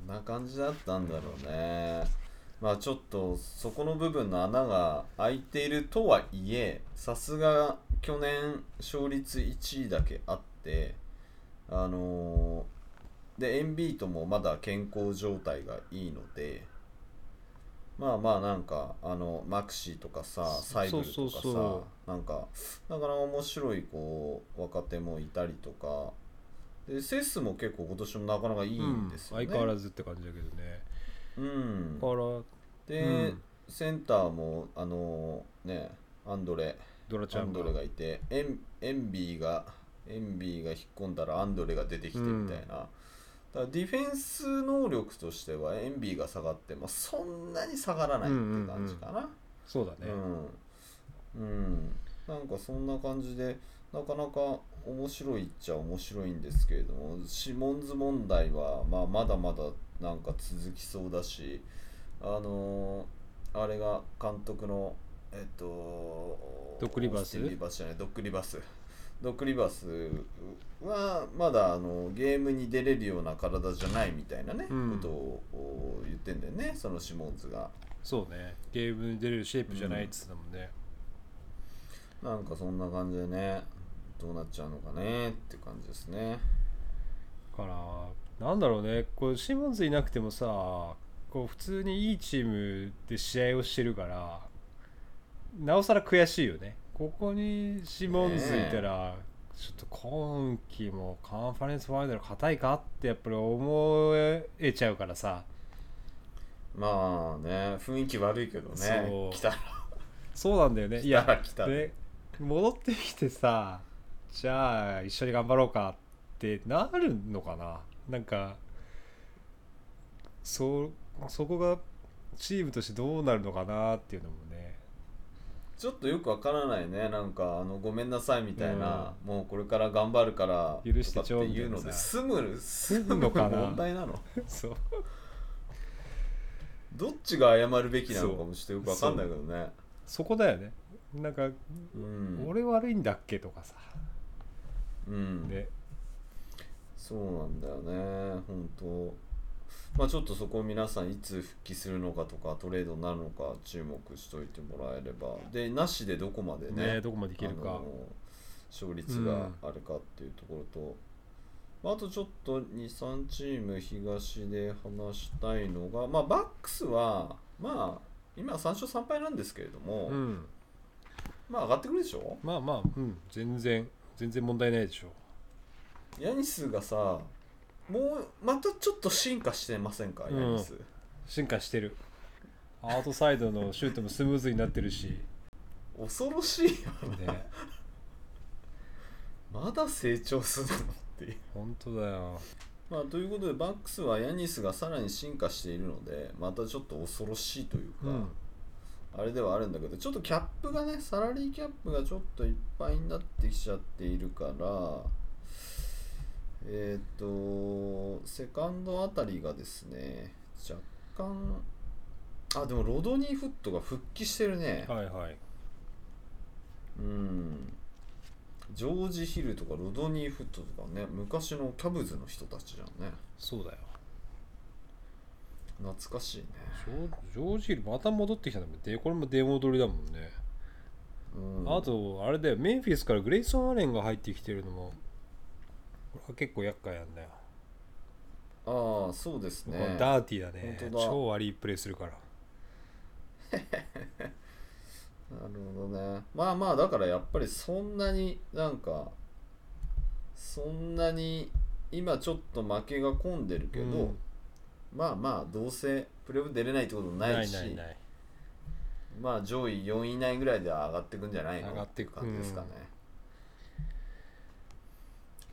S2: そんな感じだったんだろうねまあちょっとそこの部分の穴が開いているとはいえさすが去年勝率1位だけあってあのーでエンビートもまだ健康状態がいいのでまあまあなんかあのマクシーとかさサイブルとかさ
S1: そうそうそ
S2: なんかなかなか面白いこう若手もいたりとかでセスも結構今年もなかなかいいんですよね、
S1: うん、相変わらずって感じだけどね
S2: うん
S1: だから
S2: で、
S1: うん
S2: センターもあのねアンドレ
S1: ドラち
S2: ア
S1: ゃ
S2: ン
S1: んが
S2: ドレがいてエンエンビーがエンビーが引っ込んだらアンドレが出てきてみたいな、だからディフェンス能力としてはエンビーが下がってもそんなに下がらないって感じかな
S1: そうだね、
S2: うん、うん、なんかそんな感じでなかなか面白いっちゃ面白いんですけれどもシモンズ問題は、まあ、まだまだなんか続きそうだしあのーあれが監督のえっと
S1: ドッグリバース
S2: オスティンリバースじゃないドッグリバースドッグリバースはまだあのゲームに出れるような体じゃないみたいなね、
S1: うん
S2: ことをお言ってんだよねそのシモンズが。
S1: そうねゲームに出れるシェイプじゃないっつったもんね、
S2: なんかそんな感じでね、どうなっちゃうのかねって感じですね。
S1: からなんだろうねこうシモンズいなくてもさこう普通にいいチームで試合をしてるからなおさら悔しいよねここにシモンズいたら、ちょっと今季もカンファレンスファイナル硬いかってやっぱり思えちゃうからさ
S2: まあね、雰囲気悪いけど
S1: そ
S2: ね、
S1: う
S2: 来たら、
S1: そうなんだよねいや
S2: 来たら来たら
S1: で戻ってきてさじゃあ一緒に頑張ろうかってなるのかななんかそうそこがチームとしてどうなるのかなっていうのもね
S2: ちょっとよくわからないねなんかあのごめんなさいみたいな、もうこれから頑張るから
S1: 許してちょ
S2: とかっていう
S1: み
S2: の
S1: たい
S2: で
S1: な
S2: 済む済
S1: む
S2: む
S1: のかな
S2: 問題なの
S1: そう
S2: どっちが謝るべきなのかもちょっとよくわかんないけどね
S1: そこだよねなんか、
S2: うん
S1: 俺悪いんだっけとかさ
S2: うん、
S1: ね
S2: そうなんだよね本当まあちょっとそこを皆さんいつ復帰するのかとかトレードになるのか注目しといてもらえればでなしでどこまでね
S1: ねどこまでいける
S2: あ
S1: か
S2: の勝率があれかっていうところと、まあ、あとちょっと23チーム東で話したいのが、まあ、バックスは、まあ、今3勝3敗なんですけれども、
S1: うん
S2: まあ上がってくるでしょ
S1: まあまあ、うん、全然全然問題ないでしょ
S2: ヤニスがさもうまたちょっと進化してませんか、
S1: うん
S2: ヤニス
S1: 進化してるアートサイドのシュートもスムーズになってるし、ね、
S2: 恐ろしいよまだ成長するのっていう
S1: 本当だよ
S2: まあ、ということでバックスはヤニスがさらに進化しているのでまたちょっと恐ろしいというか、
S1: うん
S2: あれではあるんだけどちょっとキャップがねサラリーキャップがちょっといっぱいになってきちゃっているからえっ、とセカンドあたりがですね若干あでもロドニーフットが復帰してるね、
S1: はいはい
S2: うんジョージ・ヒルとかロドニー・フットとかね昔のキャブズの人たちじゃんね
S1: そうだよ
S2: 懐かしいね
S1: ジョジョージ・ヒルまた戻ってきたんだもんでこれも出戻りだもんね、
S2: うん
S1: あとあれだよメンフィスからグレイソン・アレンが入ってきてるのもこれは結構厄介なんだよ、
S2: ああそうです
S1: これ
S2: ね
S1: ダーティーだね
S2: 本当だ
S1: 超悪いプレーするから
S2: なるほどね。まあまあ、だからやっぱりそんなになんか、そんなに今ちょっと負けが込んでるけど、
S1: うん
S2: まあまあ、どうせプレーオフ出れないってことないし、
S1: ないない
S2: まあ上位4位以内ぐらいで上がっていくんじゃないの
S1: 上がってく
S2: 感じですかね。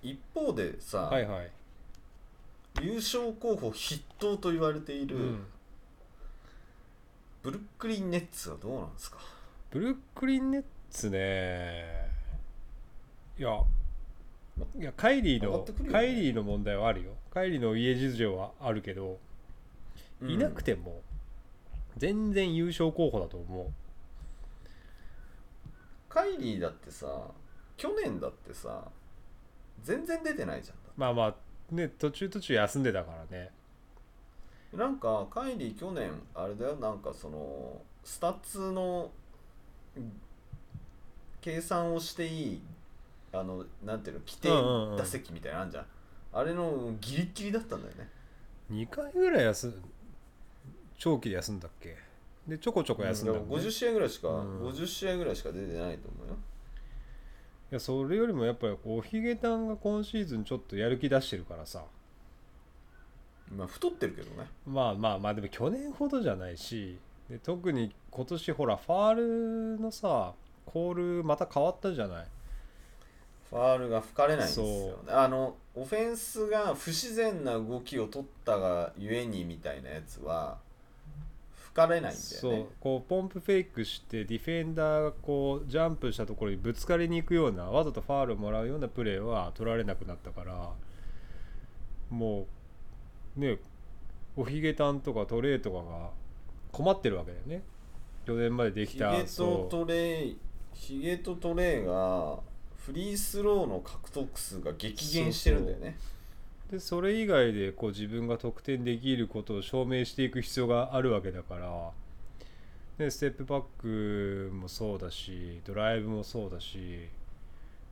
S2: 一方でさ、
S1: ないはいはい、
S2: 優勝候補筆頭と言われている
S1: うん
S2: ブルックリン・ネッツはどうなんですか、
S1: ブルックリン・ネッツねいやいやカイリー
S2: 上が
S1: の、
S2: ってくるよね
S1: カイリーの問題はあるよカイリーの家事情はあるけど、いなく
S2: て
S1: ても全然優勝候補だと思う
S2: カイリーだってさ去年だってさ全然出てないじゃんだ
S1: まあまあね途中途中休んでたからね
S2: ってなんかカイリー去年あれだよなんかそのスタッツのうん計算をしていいあのなんていうの規定
S1: うんうんうん
S2: 打席みたいなのあんじゃん,、あれのギリッギリだったんだよね
S1: 2回ぐらい休ん長期で休んだっけでちょこちょこ休んだもんね、
S2: 50
S1: い
S2: 試合ぐらいしか、
S1: うん
S2: 50試合ぐらいしか出てないと思うよ
S1: やそれよりもやっぱりおひげたんが今シーズンちょっとやる気出してるからさ
S2: まあ太ってるけどね
S1: まあまあまあでも去年ほどじゃないしで特に今年ほらファールのさコールまた変わったじゃない
S2: ファールが吹かれないんですよ
S1: そ
S2: あのオフェンスが不自然な動きを取ったがゆえにみたいなやつは吹かれないんだよ
S1: そう
S2: ね
S1: こうポンプフェイクしてディフェンダーがこうジャンプしたところにぶつかりに行くようなわざとファールをもらうようなプレーは取られなくなったからもうねおひげたんとかトレーとかが困ってるわけだよね去年まででき
S2: ヒ
S1: た
S2: ゲと
S1: そう
S2: トレイヒゲとトレイがフリースローの獲得数が激減してるんだよね
S1: でそれ以外でこう自分が得点できることを証明していく必要があるわけだからでステップバックもそうだしドライブもそうだし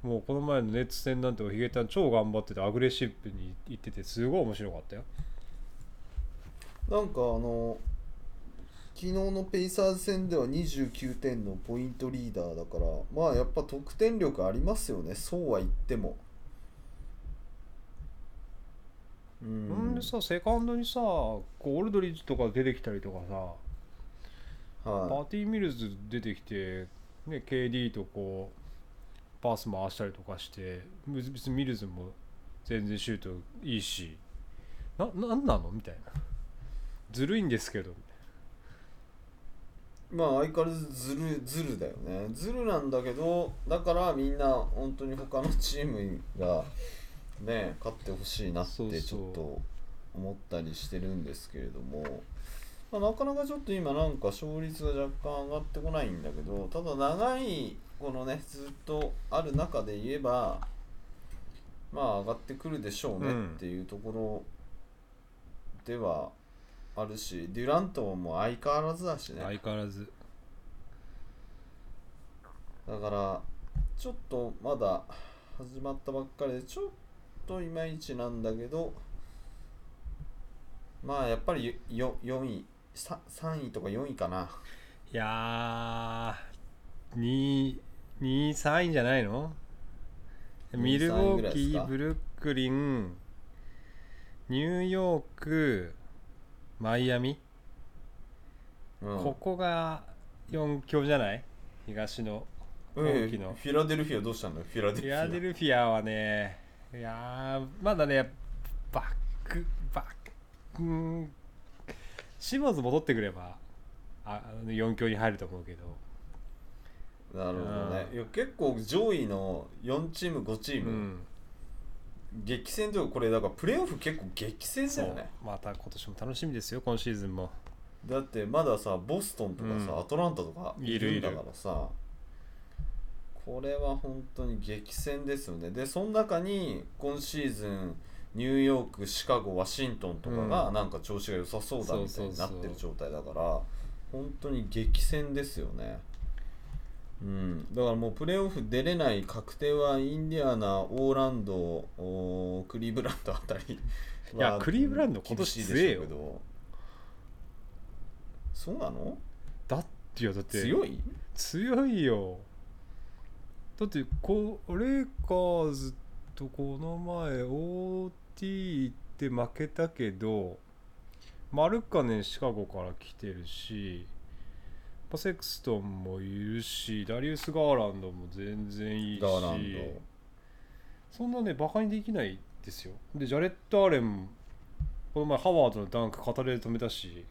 S1: もうこの前のネッツ戦なんておひげたん超頑張っててアグレッシブにいっててすごい面白かったよ。、
S2: なんかあの昨日のペイサーズ戦では29点のポイントリーダーだからまあやっぱ得点力ありますよねそうは言ってもうん
S1: でさセカンドにさゴールドリッジとか出てきたりとかさパ
S2: は
S1: ーティーミルズ出てきて、ね、KD とこうパス回したりとかして別にミルズも全然シュートいいし
S2: い
S1: ななんなのみたいなずるいんですけど
S2: まあ相変わらずずるずるだよねずるなんだけどだからみんな本当に他のチームがね勝ってほしいなっ
S1: そうそ
S2: て
S1: う
S2: ちょっと思ったりしてるんですけれども、まあ、なかなかちょっと今なんか勝率が若干上がってこないんだけどただ長いこのねずっとある中で言えばまあ上がってくるでしょうねっていうところ、ではあるしデュラントももう相変わらずだしね
S1: 相変わらず
S2: だからちょっとまだ始まったばっかりでちょっといまいちなんだけどまあやっぱりよ4位 3, 位とか4位かない
S1: やー23位じゃないの
S2: 2
S1: ミルウォーキ
S2: 3ぐらいですか
S1: ーブルックリンニューヨークマイアミ、
S2: うん
S1: ここが4強じゃない東の
S2: ええ
S1: 今季の
S2: フィラデルフィアどうしたのフィラ
S1: フ
S2: デルフ
S1: ィ
S2: ィア
S1: アデルフィアはねいやーまだねバックバックうーんシモンズ戻ってくればああの4強に入ると思うけど
S2: なるほどね
S1: うん
S2: いや結構上位の4チーム5チー
S1: う
S2: ム、
S1: ん
S2: 激戦というかこれだからプレーオフ結構激戦
S1: そ
S2: だよ
S1: う
S2: ね
S1: また今年も楽しみですよ今シーズンも
S2: だってまださボストンとかさ、
S1: うん
S2: アトランタとか
S1: い
S2: い
S1: る
S2: る
S1: いる
S2: んだからさこれは本当に激戦ですよねでその中に今シーズンニューヨークシカゴワシントンとか
S1: う
S2: が
S1: ん
S2: なんか調子が良さそうだみたいになってる
S1: そ
S2: 状態だから本当に激戦ですよねうん、だからもうプレーオフ出れない確定はインディアナ、オーランド、おークリーブランドあたり
S1: いや
S2: は
S1: クリーブランド今
S2: 厳し
S1: 年
S2: いでし
S1: 強えよ
S2: ょうけどそうなの
S1: だってよだって
S2: 強い
S1: 強いよだってこうレイカーズとこの前 OT って負けたけどマルカネンシカゴから来てるしパセクストンもいるしダリウス・ガーランドも全然いいし
S2: ガーラン
S1: そんなねバカにできないですよでジャレット・アレンもこの前ハワードのダンク片手で止めたし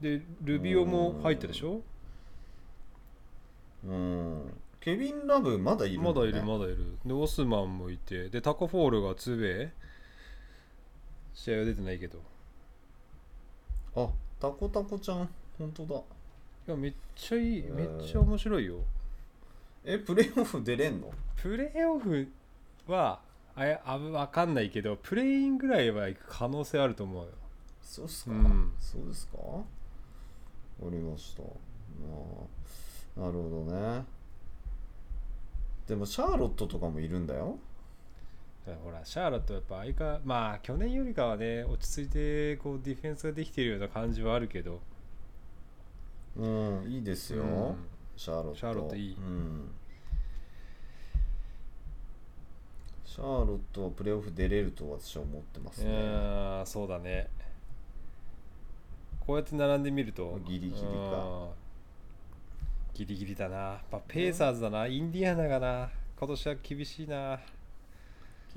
S1: でルビオも入ったでしょ
S2: ドうんケビン・ラブまだいるん
S1: まだい
S2: ね
S1: るまだいるでオスマンもいてでタコフォールがツーベイ試合は出てないけどい
S2: あタコタコちゃん本当だ
S1: やめっちゃいい
S2: うん
S1: めっちゃ面白いよ
S2: えプレーオフ出れんの
S1: プレーオフはあやあぶわかんないけどプレインぐらいは行く可能性あると思うよ
S2: そうっすか、
S1: うん
S2: そうですかわかりましたまあなるほどねでもシャーロットとかもいるんだよ
S1: だからほらシャーロットはやっぱ相変わらまあ去年よりかはね落ち着いてこうディフェンスができてるような感じはあるけど
S2: うんいいですよ、
S1: うん
S2: シャーロット。
S1: シャーロットいい
S2: うん。シャーロットはプレーオフ出れると私は思ってます
S1: う
S2: ね。
S1: ーんそうだねこうやって並んでみると
S2: ギリギリか
S1: うんギリギリだなやっぱペーサーズだな、インディアナがな今年は厳しいな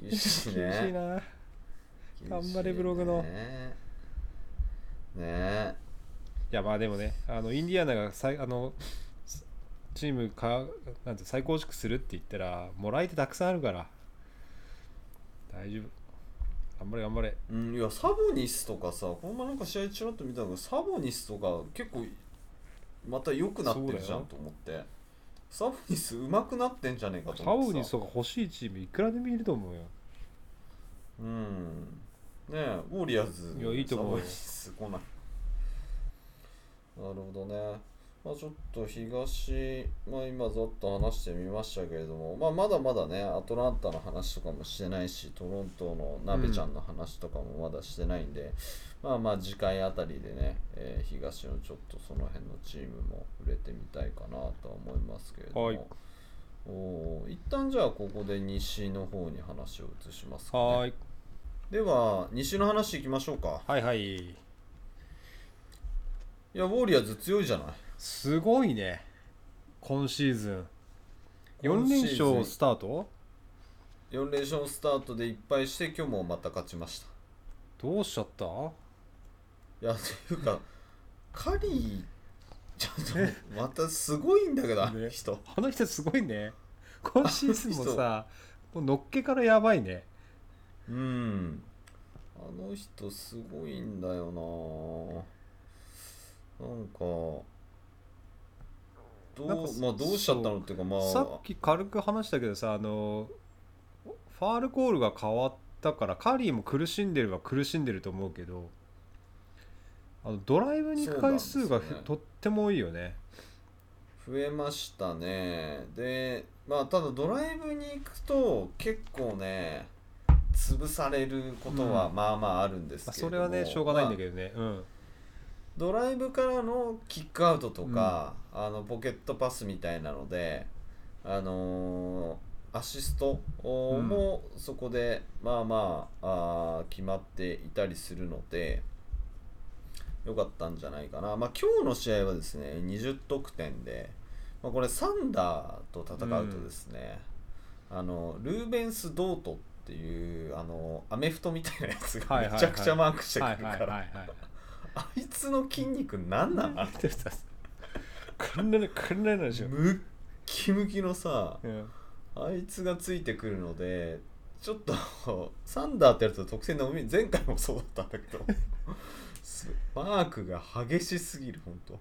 S2: 厳し
S1: 厳し
S2: い
S1: いな
S2: ね。厳しいね
S1: 頑張れブログの
S2: ねえ。
S1: いやまあでもねあのインディアナがさいあのすチームかなんて再構築するって言ったらもらい手たくさんあるから大丈夫頑張れ頑張れ
S2: うん、いや、サボニスとかさ、この前なんか試合ちらっと見たのが、サボニスとか結構また良くなってるじゃんと思って。サボニス上手くなってんじゃねえかと
S1: サ
S2: 思ってさ。
S1: ウにそうか欲しいチームいくらでもいると思うよ
S2: うん。ねえ、ウォリアーズ、
S1: いやいいと思うよ
S2: サボニス来ない。なるほどね。まあちょっと東、まあ今ざっと話してみましたけれども、まあまだまだね、アトランタの話とかもしてないし、トロントのなべちゃんの話とかもまだしてないんで、まあまあ次回あたりでね、えー東のちょっとその辺のチームも触れてみたいかなとは思いますけれども、
S1: はい
S2: おー一旦じゃあここで西の方に話を移しますか、ね。
S1: はーい
S2: では西の話いきましょうか
S1: はいはい
S2: いやウォリアーズ強いじゃない
S1: すごいね今シーズン
S2: 今
S1: 4
S2: シ
S1: 連
S2: ーズン
S1: 勝スタート
S2: 4連勝スタートでいっぱいして今日もまた勝ちました
S1: どうしちゃった
S2: いやというかカリーちょっとまたすごいんだけど、あの
S1: ね
S2: 人
S1: あの人すごいね今シーズンもさもうのっけからやばいね
S2: うんあの人すごいんだよななんかどう
S1: なんか
S2: まあどうしちゃったのっていうかまあ
S1: さっき軽く話したけどさあのファールコールが変わったからカリーも苦しんでるは苦しんでると思うけどあのドライブに行く回数
S2: そうな
S1: が
S2: んですよね
S1: とっても多いよね
S2: 増えましたねでまあただドライブに行くと結構ね潰されることは
S1: うん
S2: まあまああるんです
S1: まあ、
S2: けれ
S1: そ
S2: ど
S1: れ
S2: も、
S1: はねしょうがないんだ
S2: ど、
S1: けどね、うん
S2: ドライブからのキックアウトとか、あのポケットパスみたいなのであのーアシスト
S1: うん
S2: もそこで、まあまああー決まっていたりするので良かったんじゃないかな、まあ、今日の試合はですね20得点で、まあ、これサンダーと戦うとですね、あのルーベンス・ドートっていうあのアメフトみたいなやつが
S1: はいはい
S2: め
S1: はい
S2: ちゃくちゃマークしてく
S1: は
S2: る
S1: いはい
S2: か
S1: はい
S2: ら
S1: はい
S2: あいつの筋肉なんなんあれ
S1: こんなのこんなのでしょ、
S2: ムッキムキのさ
S1: うん、
S2: あいつがついてくるのでちょっとサンダーってやると得点のみ前回もそうだったんだけどすマークが激しすぎる本当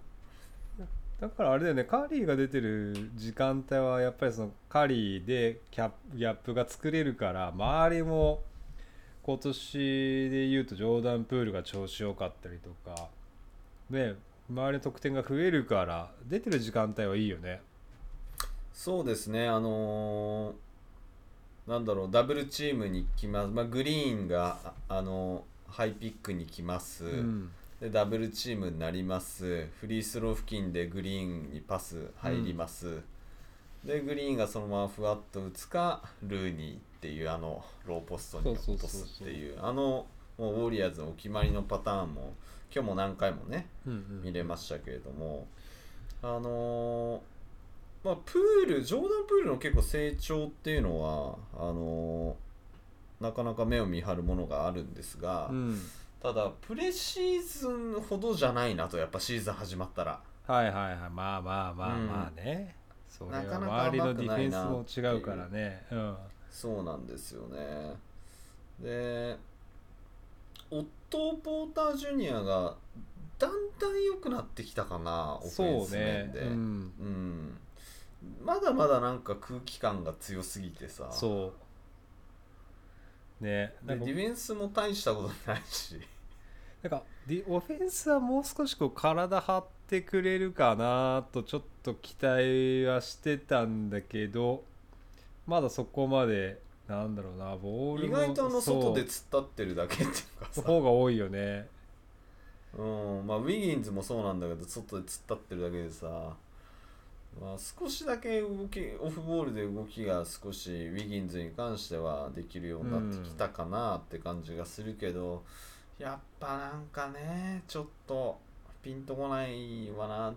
S1: だからあれだよねカーリーが出てる時間帯はやっぱりそのカーリーでキャップギャップが作れるから周りも今年で言うとジョーダン・プールが調子良かったりとかね周りの得点が増えるから出てる時間帯はいいよね
S2: そうですねあのーなんだろうダブルチームに来ます、まあ、グリーンがああのーハイピックに来ます、
S1: うん
S2: でダブルチームになりますフリースロー付近でグリーンにパス入ります、でグリーンがそのままふわっと打つかルーニーっていうあのローポストに
S1: そう
S2: 落
S1: そ
S2: と
S1: うそう
S2: す
S1: そ
S2: っ
S1: う
S2: ていうあのもうウォリアーズのお決まりのパターンも今日も何回もね
S1: うん
S2: 見れましたけれども、あのーまあ、プールジョーダン・プールの結構成長っていうのはあのーなかなか目を見張るものがあるんですが、
S1: うん
S2: ただプレシーズンほどじゃないなとやっぱシーズン始まったら
S1: はいはいはいまあまあまあまあね、それは周りのディフェンスも違うからねうん
S2: そうなんですよねでオットー・ポーター・ジュニアがだんだん良くなってきたかなオフェン
S1: そう
S2: ス面
S1: ね
S2: で
S1: うん
S2: うんまだまだなんか空気感が強すぎてさ
S1: そうねな
S2: でデ
S1: んか
S2: ィフェンスも大したことないし
S1: なんかディオフェンスはもう少しこう体張ってくれるかなとちょっと期待はしてたんだけどまだそこまでなんだろうなボール
S2: 意
S1: も
S2: 外とあの
S1: そう
S2: 外で突っ立ってるだけっていうかさ
S1: 方が多いよね
S2: うんまあ、ウィギンズもそうなんだけど外で突っ立ってるだけでさ、まあ、少しだけ動きオフボールで動きが少しウィギンズに関してはできるようになってきたかなって感じがするけど、やっぱなんかねちょっとピンとこないわな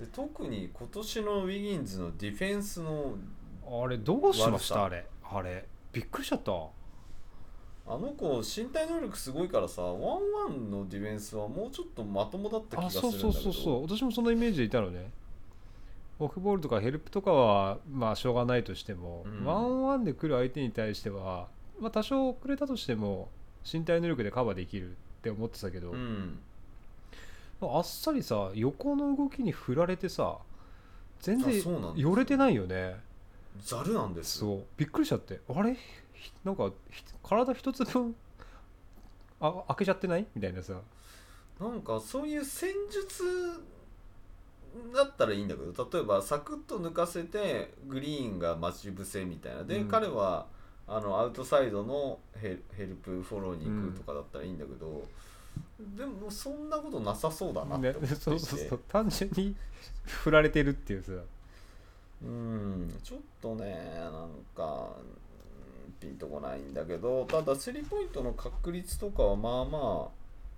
S2: で特に今年のウィギンズのディフェンスの
S1: あれどうしましたあ
S2: 悪
S1: れあれびっくりしちゃった
S2: あの子身体能力すごいからさワンワンのディフェンスはもうちょっとまともだった気
S1: あ
S2: がする
S1: そ
S2: ん
S1: う
S2: だけ
S1: そ
S2: ど
S1: うそうそう私もそのイメージでいたのねオフボールとかヘルプとかはまあしょうがないとしても、
S2: うん
S1: ワンワンで来る相手に対しては、まあ、多少遅れたとしても身体能力でカバーできるって思ってたけど、
S2: うん
S1: あっさりさ横の動きに振られてさ全
S2: あ
S1: 然
S2: そうなんですよ
S1: よれてないよね
S2: ざるなんですよ
S1: そうびっくりしちゃってあれひなんかひ体一つ分あ開けちゃってないみたいなさ
S2: なんかそういう戦術だったらいいんだけど例えばサクッと抜かせてグリーンが待ち伏せみたいなで、
S1: うん
S2: 彼はあのアウトサイドのヘヘルプフォローに行くとかだったらいいんだけど、でもそんなことなさそうだなって
S1: ね
S2: 思っていて、
S1: そうそうそう単純に振られてるっていうさ
S2: うんちょっとねなんかうんピンとこないんだけどただスリーポイントの確率とかはまあま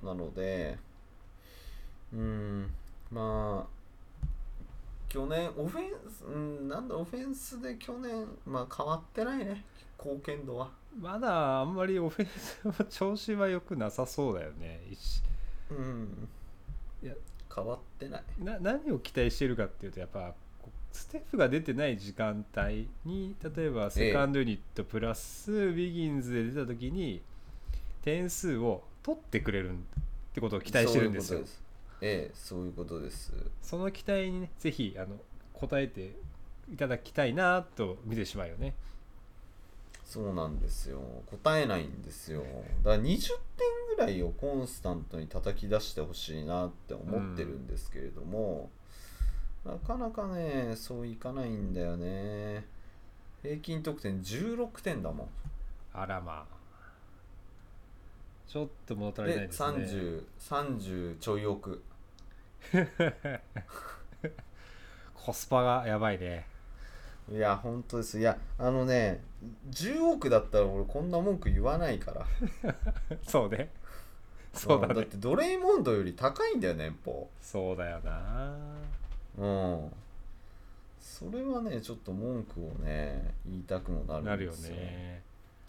S2: あなのでうんまあ去年オフェンス、うん、なんだオフェンスで去年まあ変わってないね貢献度は
S1: まだあんまりオフェンスは調子は良くなさそうだよね。一
S2: うん
S1: いや
S2: 変わってない
S1: な何を期待してるかっていうとやっぱこうステッフが出てない時間帯に例えばセカンドユニットプラスビギンズで出た時に点数を取ってくれるってことを期待してるんですよ。
S2: そういうことええそういうことです
S1: その期待にねぜひあの応えていただきたいなと見てしまうよね。
S2: そうなんですよ答えないんですよだから20点ぐらいをコンスタントに叩き出してほしいなって思ってるんですけれども、なかなかねそういかないんだよね平均得点16点だもん
S1: あらまあ。ちょっと物足りない
S2: で
S1: ですね。
S2: 3030ちょい億
S1: コスパがやばいね。
S2: いや本当ですいやあのね10億だったら俺こんな文句言わないから
S1: そうね。 そうだ
S2: んだっ
S1: ね。
S2: てドレイモンドより高いんだよ年俸
S1: そうだよな。
S2: うんそれはねちょっと文句をね言いたくもな
S1: なる
S2: るん
S1: よ
S2: ですよ
S1: ね。
S2: え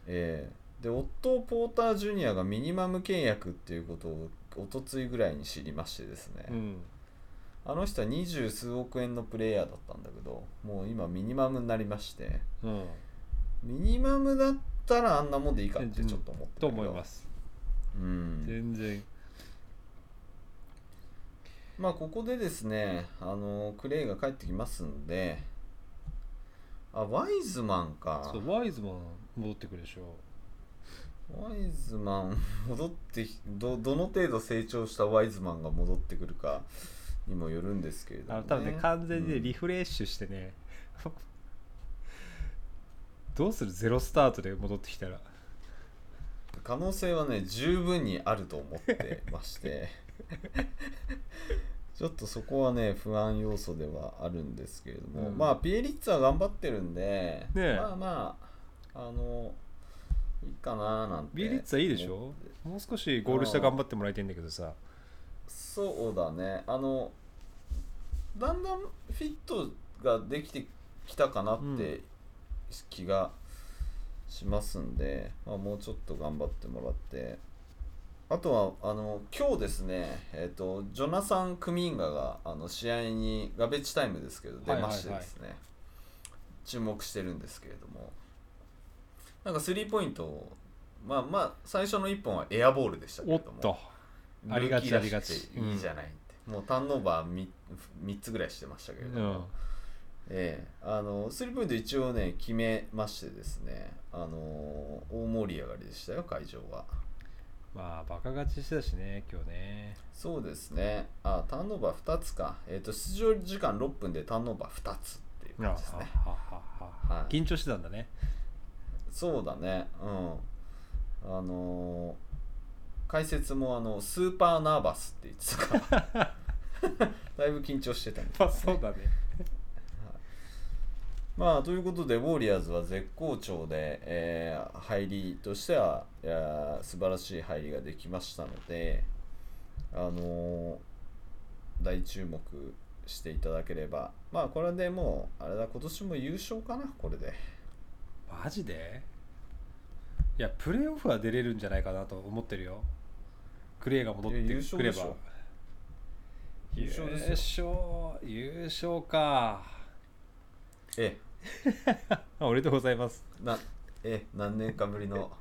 S2: えでオットー・ポーター・ジュニアがミニマム契約っていうことを一昨日ぐらいに知りましてですね、
S1: うん。
S2: あの人は二十数億円のプレイヤーだったんだけどもう今ミニマムになりまして
S1: うん。
S2: ミニマムだったらあんなもんでいいかってちょっと思って、
S1: と思いますす。
S2: うん、
S1: 全然。
S2: まあここでですね、あのクレイが帰ってきますんで、あワイズマンか
S1: そ。うワイズマン戻ってくるでしょ。
S2: ワイズマン 戻ってきどどの程度成長したワイズマンが戻ってくるかにもよるんですけれど
S1: あの
S2: も、ね、
S1: 多分ね完全
S2: う
S1: に
S2: ん
S1: リフレッシュしてね、 どうするゼロスタートで戻ってきたら
S2: 可能性はね十分にあると思ってまして ちょっとそこはね不安要素ではあるんですけれども、
S1: うん
S2: まあピエリッツァは頑張ってるんで、
S1: え
S2: まあまああのいいかななんて
S1: ビリッツはいいでしょもう少しゴール下頑張ってもらいたいんだけどさ
S2: そうだねあのだんだんフィットができてきたかなっ
S1: う
S2: て気がしますんで、まあ、もうちょっと頑張ってもらってあとはあの今日ですね、えっとジョナサン・クミンガがあの試合にガベッジタイムですけど出ましてですね、注目してるんですけれどもなんかスリーポイントをまあまあ最初の1本はエアボールでしたけ
S1: お
S2: れ
S1: っ
S2: ども
S1: とありがちありがち
S2: 抜き出していいじゃないって、もうターンオーバー 3, 三つぐらいしてましたけ
S1: う
S2: れ
S1: ん
S2: ども、ええあのスリーポイント一応ね決めましてですねあのー大盛り上がりでしたよ会場は
S1: まあバカ勝ちしてたしね今日ね
S2: そうですねあターンオーバー2つか、えっと出場時間6分でターンオーバー2つっていう
S1: あは
S2: 感じですね
S1: ははは
S2: はい
S1: 緊張してたんだ ね
S2: そうだねうんあのー解説もあのスーパーナーバスって言ってたから だいぶ緊張してたみたいです
S1: ま
S2: ね
S1: あそうだね
S2: まあ、ということで、ウォリアーズは絶好調で、えー入りとしては、いやー素晴らしい入りができましたので、あのー大注目していただければ、まあ、これでもう、あれだ、今年も優勝かな、これで。
S1: マジでいやプレーオフは出れるんじゃないかなと思ってるよクレイが戻って
S2: いや優
S1: く
S2: 勝
S1: れ
S2: でし
S1: ば
S2: ょ優勝で
S1: 優勝優勝か
S2: え
S1: あおめでとうございます
S2: え、なええ何年かぶりの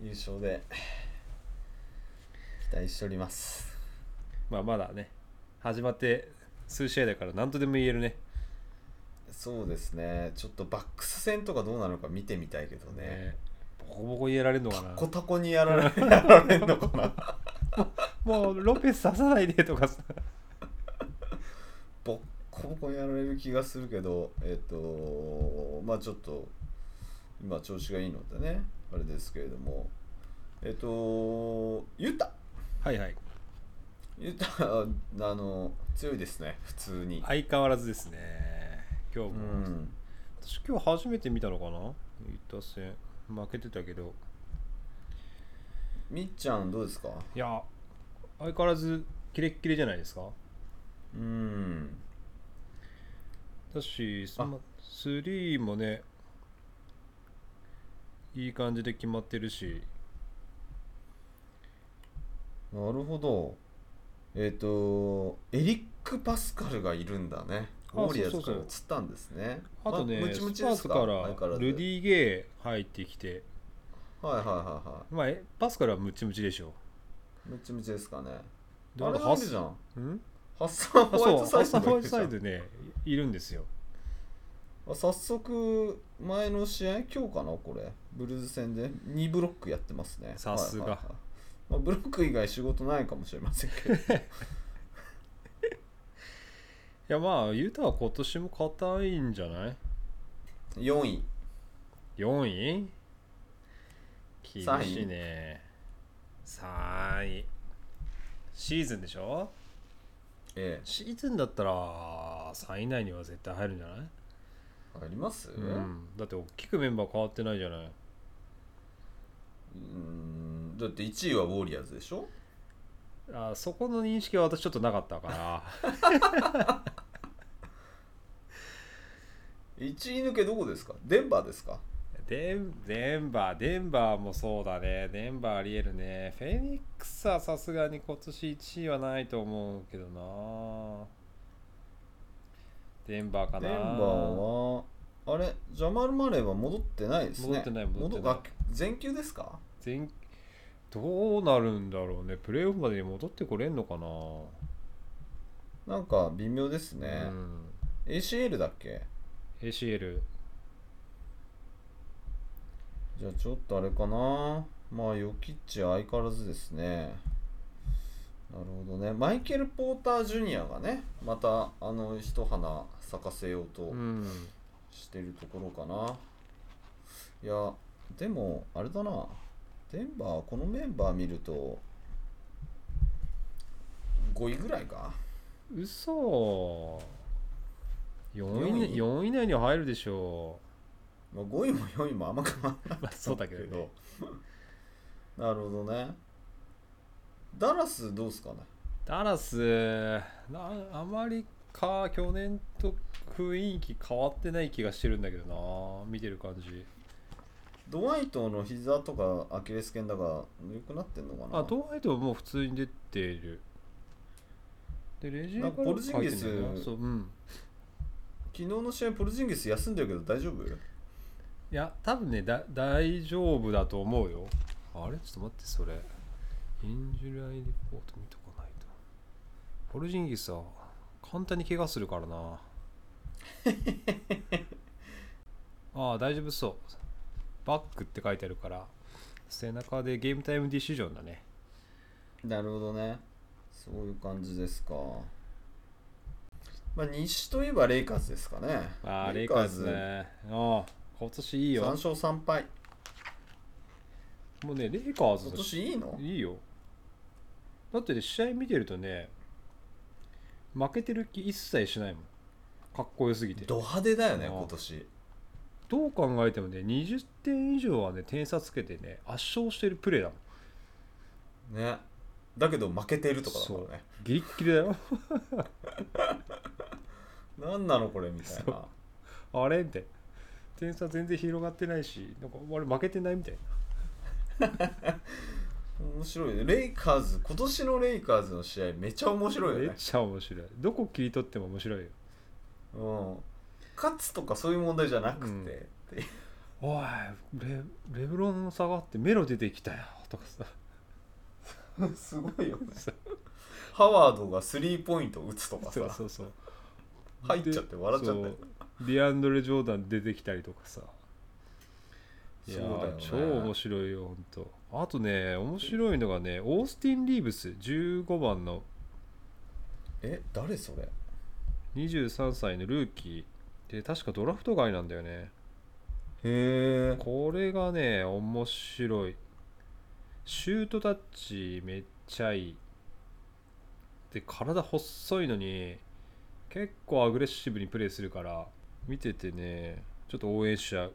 S2: 優勝で、期待しております。
S1: まあまだね始まって数試合だから何とでも言えるね
S2: そうですね、ちょっとバックス戦とかどうなのか見てみたいけどね
S1: ねボコボコにやられるのかな
S2: コタコにやられやられんのかな
S1: もうロペス出さないでとかさ
S2: ボッコボコにやられる気がするけどえっ、とまあちょっと今調子がいいのでねあれですけれどもえっ、とユタ
S1: はいはい
S2: ユタ あの強いですね普通に、
S1: 相変わらずですね今日
S2: う
S1: も、
S2: ん
S1: 私今日初めて見たのかなイタ戦負けてたけど
S2: みっちゃんどうですか
S1: いや相変わらずキレッキレじゃないですか
S2: うん
S1: だし
S2: あ
S1: まあスリーもねいい感じで決まってるし
S2: なるほど。えっ、と、エリック・パスカルがいるんだね。
S1: あ
S2: ウォリアーズ
S1: そう
S2: か
S1: そうそ
S2: ら移
S1: う
S2: ったんですね。
S1: あとね、
S2: まムチム
S1: ス
S2: チ
S1: パ
S2: で
S1: ー
S2: す
S1: ズ
S2: か
S1: か
S2: 相変わ
S1: ら
S2: らず
S1: ルディ・ゲイ入ってきて、
S2: はいはいはいは
S1: まあ、えパスカルはムチムチでしょ。
S2: い。ムチムチですかね。
S1: で
S2: あれ
S1: ハ
S2: がい
S1: ッ
S2: るじゃん。
S1: ん
S2: ハッサン・
S1: あ
S2: ホワイ
S1: そ
S2: ト
S1: う、
S2: サ
S1: ハ
S2: イ
S1: サ
S2: ド
S1: ンホ
S2: が
S1: ワ
S2: い
S1: イトサイド
S2: るじゃん
S1: ね、いいるんですよ。
S2: あ早速、前の試合、今日かな、これ。ブルーズ戦で2ブロックやってますね。
S1: さすが
S2: はいはいはいまあ、ブロック以外仕事ないかもしれませんけど。
S1: いや、まあ、ユタは今年も硬いんじゃない
S2: 4位。
S1: ?4 位厳
S2: 三位
S1: しいね。3位。シーズンでしょ
S2: え
S1: シーズンだったら3位以内には絶対入るんじゃない、
S2: え。あります
S1: うん、だって大きくメンバー変わってないじゃない。
S2: うんだって1位はウォリアーズでしょ
S1: あそこの認識は私ちょっとなかった から。
S2: 1位抜けどこですかデンバーですか
S1: デンデンバー、デンバーもそうだね。デンバーありえるね。フェニックスはさすがに今年1位はないと思うけどな。デンバーか
S2: デ
S1: な。
S2: ンバーはあれジャマール・マレーは戻ってないですね
S1: 戻ってない戻ってない
S2: 戻あ全休ですか
S1: 全どうなるんだろうね。プレーオフまでに戻ってこれんのかな。
S2: なんか微妙ですね
S1: う、ん、
S2: ACL だっけ
S1: ACL。
S2: じゃあちょっとあれかなまあヨキッチ相変わらずですねなるほどねマイケル・ポーター・ジュニアがねまたあの一花咲かせようと、
S1: うん。
S2: してるところかな。いや、でも、あれだな。デンバー、このメンバー見ると、5位ぐらいか。
S1: 嘘。4
S2: 四
S1: 位
S2: 位
S1: 4位以内には入るでしょ
S2: まあ、5位も4位もあん ま変
S1: う。
S2: わ
S1: まあそうだけどね。
S2: らない。なるほどね。ダラスどうすかね。
S1: ダラスなあまりか去年と雰囲気変わってない気がしてるんだけどな見てる感じ
S2: ドワイトの膝とかアキレス腱だが良くなってんのかな
S1: あドワイトはもう普通に出ているでレジェン
S2: なんかポルジンギス
S1: そううん
S2: 昨日の試合ポルジンギス休んでるけど大丈夫
S1: いや多分ねだ大丈夫だと思うよあれちょっと待ってそれインジュライリポート見とかないとポルジンギスは簡単に怪我するからなああ大丈夫そうバックって書いてあるから背中でゲームタイムディシジョンだね
S2: なるほどね。そういう感じですか。まあ、西といえばレイカーズですかね。
S1: ああレイカーズねああ今年いいよ
S2: 3勝3敗。
S1: もうねレイカーズ
S2: 今
S1: の
S2: 年いいの
S1: いいよだってね試合見てるとね負けてる気一切しないもんかっこよすぎて
S2: ド派手だよね、
S1: うん
S2: 今年。
S1: どう考えてもね20点以上はね点差つけてね圧勝してるプレーだもん
S2: ね。だけど負けてるとかだからね。
S1: ギリッギリだよ
S2: なんなのこれみたいな。
S1: あれみたいな点差全然広がってないしなんかあれ負けてないみたいな
S2: 面白いね。レイカーズ、今年のレイカーズの試合めちゃ面白い
S1: め
S2: よ
S1: っ
S2: ね。
S1: ちゃ面白いどこ切り取っても面白いよ
S2: うん。勝つとかそういう問題じゃなくて。
S1: うん
S2: っていう
S1: おいレレブロン下がってメロ出てきたよとかさ
S2: すごいよね
S1: そう。
S2: ハワードがスリーポイント打つとかさ。
S1: そうそうそう
S2: 入っちゃって笑っちゃったよ
S1: でそうディアンドレ・ジョーダン出てきたりとかさいや
S2: そうだよ
S1: ー
S2: ね
S1: 超面白いよほんとあとね面白いのがねオースティン・リーブス15番の
S2: え誰それ
S1: 23歳のルーキーで確かドラフト外なんだよね
S2: へえ
S1: これがね面白いシュートタッチめっちゃいいで体細いのに結構アグレッシブにプレーするから見ててねちょっと応援しちゃう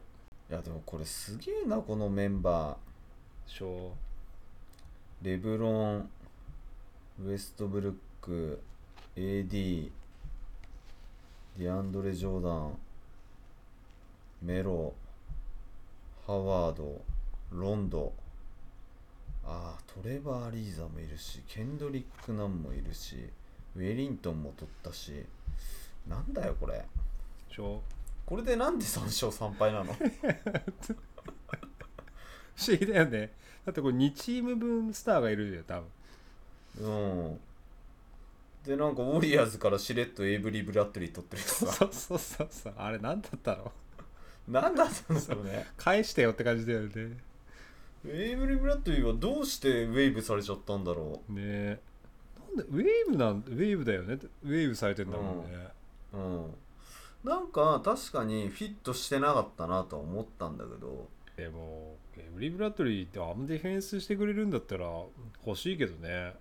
S2: いやでもこれすげえなこのメンバ
S1: でしょ
S2: ーレブロンウエストブルック AD ディアンドレ・ジョーダンメロハワード、ロンド、ああ、トレバー・リーザもいるし、ケンドリック・ナンもいるし、ウェリントンも取ったし、なんだよ、これ。
S1: ちょ
S2: これでなんで3勝3敗なの
S1: 不思議だよねだってこれ2チーム分スターがいるよ多分
S2: うん。で、なんか、ウォリアーズからしれっとエイブリー・ブラッドリー取ってるし
S1: そう
S2: さ、
S1: そうそうそうあれ何だったの
S2: なんだったんだろうね。
S1: 返してよって感じだよねね
S2: エイブリー・ブラッドリーはどうしてウェイブされちゃったんだろ
S1: えなんでウェーブなんウェーブだよねウェーブされてんだもんね、
S2: う。うん。なんか、確かにフィットしてなかったなとは思ったんだけど、
S1: でもエブリー・ブラッドリーってあのディフェンスしてくれるんだったら欲しいけどね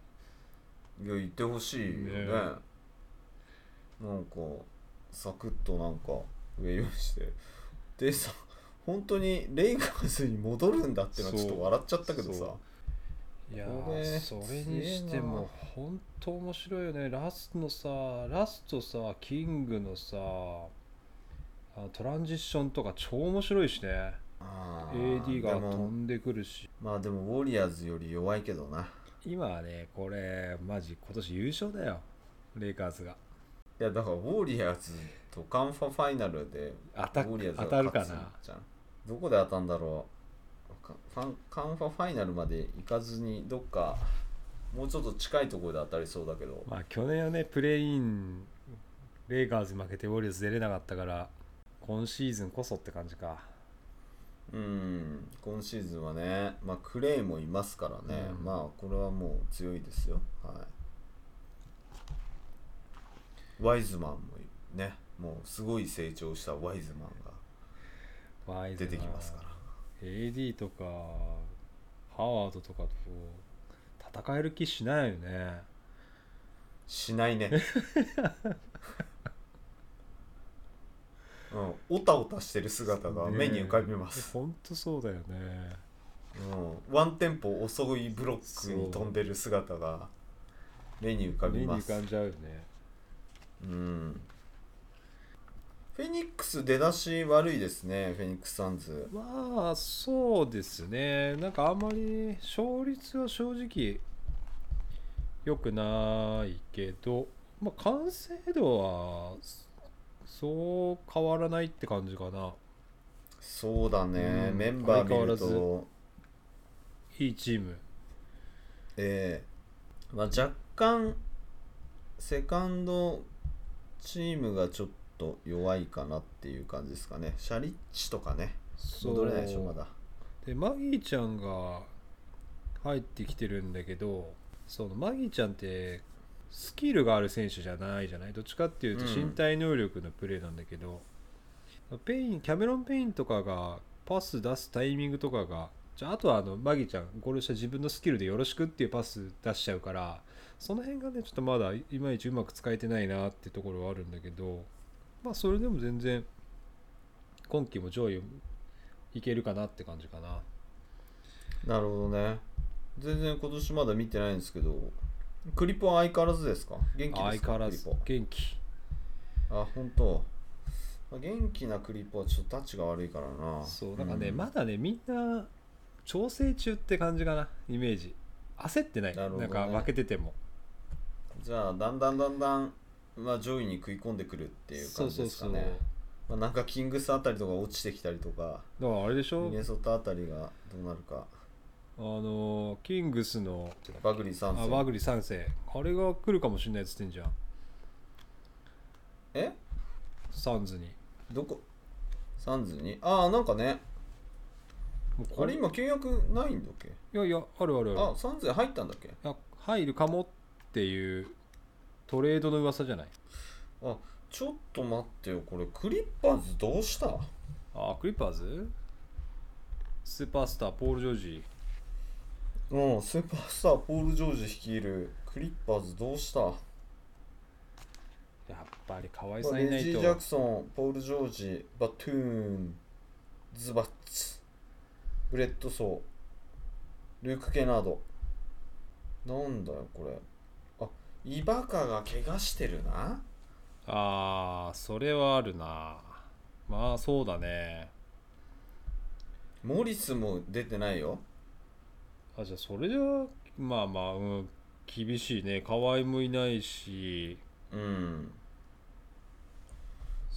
S2: いや、言ってほしいよね。
S1: ね
S2: なんか、サクッとなんか、ウェイブして。でさ、本当にレイカーズに戻るんだってのはちょっと笑っちゃったけど
S1: そ
S2: さ
S1: う。いや
S2: これ
S1: ーそれにしても本当面白いよねラスのさラストさキングのさあのトランジッションとか超面白いしね
S2: あー
S1: AD が
S2: で
S1: 飛
S2: も
S1: んでくるし
S2: まあでもウォリアーズより弱いけどな
S1: 今はねこれマジ今年優勝だよレイカーズが
S2: いやだからウォリアーズとカンファファイナルで
S1: 当
S2: ウ
S1: た
S2: ォリアーズ
S1: 当
S2: が
S1: たる
S2: 勝
S1: か
S2: つ
S1: な
S2: じゃんどこで当たんだろうかファンカンファファイナルまで行かずにどっかもうちょっと近いところで当たりそうだけど
S1: まあ去年はねプレーインレイカーズ負けてウォリアーズ出れなかったから今シーズンこそって感じか
S2: うん今シーズンはね、まあ、クレイもいますからね、
S1: うん
S2: まあこれはもう強いですよはいワイズマンもねもうすごい成長したワイズマンが
S1: ワイズ
S2: 出
S1: ナー
S2: てきますから
S1: AD とかハワードとかと戦える気しないよね
S2: しないねうんおたおたしてる姿が目に浮かびます、
S1: 本当そうだよね
S2: うん、ワンテンポ遅いブロックに飛んでる姿が目に浮か
S1: 目
S2: び
S1: に
S2: ま
S1: 浮
S2: す
S1: かんじゃうよね
S2: うんフェニックス出だし悪いですねフェニックスサンズ
S1: まあそうですねなんかあんまり勝率は正直良くないけど、まあ、完成度はそう変わらないって感じかな
S2: そうだね、
S1: うん
S2: メンバー見る
S1: 相変
S2: と
S1: いいチーム
S2: ええまあ、若干セカンドチームがちょっと弱いかなっていう感じですかねシャリッチとかね
S1: そう
S2: 戻れないでしょまだ
S1: でマギーちゃんが入ってきてるんだけどそのマギーちゃんってスキルがある選手じゃないじゃないどっちかっていうと
S2: うん
S1: 身体能力のプレーなんだけど、ペインキャメロン・ペインとかがパス出すタイミングとかがじゃああとはあのマギーちゃんゴールした自分のスキルでよろしくっていうパス出しちゃうからその辺がねちょっとまだいまいちうまく使えてないなってところはあるんだけどまあそれでも全然今季も上位いけるかなって感じかな。
S2: なるほどね全然今年まだ見てないんですけどクリポは相変わらずですか元気ですか
S1: 相変わらず
S2: クリ
S1: 元気
S2: ポあ本当。まあ元気なクリポはちょっとタッチが悪いからな
S1: そうなんかね、
S2: うん
S1: まだねみんな調整中って感じかなイメージ焦ってない
S2: な
S1: な,、
S2: るほど
S1: ん
S2: ね
S1: か負けてても
S2: じゃあだんだんだんだん、まあ、上位に食い込んでくるっていう感じですかね
S1: そうそう
S2: まあ、なんかキングスあたりとか落ちてきたりとか
S1: そうだからあれでしょ
S2: ミネソタあたりがどうなるか
S1: あのーキングスの
S2: バグリー
S1: あ
S2: 三世
S1: ワグリ3世あれが来るかもしれないっつってんじゃん
S2: え
S1: サンズに
S2: どこサンズにああなんかね
S1: もう
S2: あ
S1: こ
S2: れ
S1: れい
S2: 今契約ないんだっけ
S1: やいやあるあるある
S2: あサンズ入ったんだっけ
S1: いや入るかもっていうトレードの噂じゃない
S2: ちょっと待ってよこれクリッパーズどうした
S1: あクリッパーズスーパースターポール・ジョージ
S2: うんスーパースターポール・ジョージ率いるクリッパーズどうした
S1: やっぱり河合
S2: ま
S1: さ
S2: あ
S1: んい
S2: レ
S1: な
S2: ジ
S1: い
S2: ー・
S1: と
S2: ジャクソン、ポール・ジョージ、バトゥーン、ズバッツ、ブレッドソー、ルーク・ケナード。なんだよ、これ。あ、イバカが怪我してるな。
S1: ああそれはあるなまあそうだね
S2: モリスも出てないよ
S1: あじゃあそれじゃまあまあ、うん、厳しいね河合もいないし
S2: うん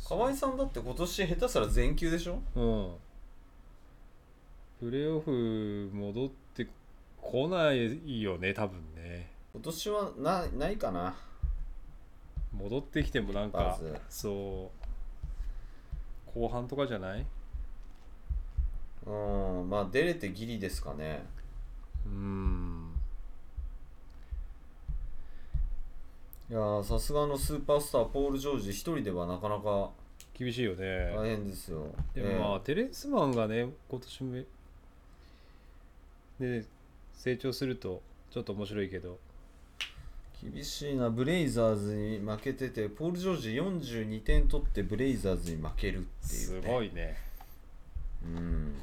S2: 河合さんだって今年下手したら全休でしょ
S1: うんプレーオフ戻ってこないよね多分ね
S2: 今年はなないかな
S1: 戻ってきてもなん
S2: ま
S1: か
S2: ず
S1: そう後半とかじゃない
S2: うんまあ出れてギリですかね
S1: うん
S2: いやーさすがのスーパースターポール・ジョージ一人ではなかなか
S1: 厳しいよね、
S2: 大変ですよ、
S1: でもまあ、
S2: え
S1: テレスマンがね今年めで成長するとちょっと面白いけど
S2: え厳しいなブレイザーズに負けててポール・ジョージ42点取ってブレイザーズに負けるっていう、
S1: す
S2: ね、
S1: ごいね
S2: うん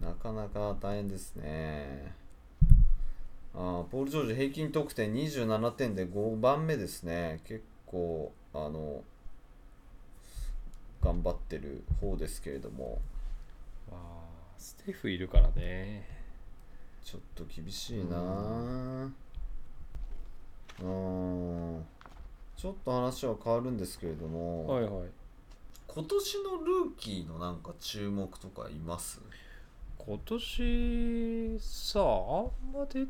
S2: なかなか大変ですねあーポール・ジョージ平均得点27点で5番目ですね結構あの頑張ってる方ですけれども
S1: まあステフいるからね
S2: ちょっと厳しいなあうんちょっと話は変わるんですけれども、
S1: はいはい
S2: 今年のルーキーのなんか注目とかいます
S1: 今年さあんま出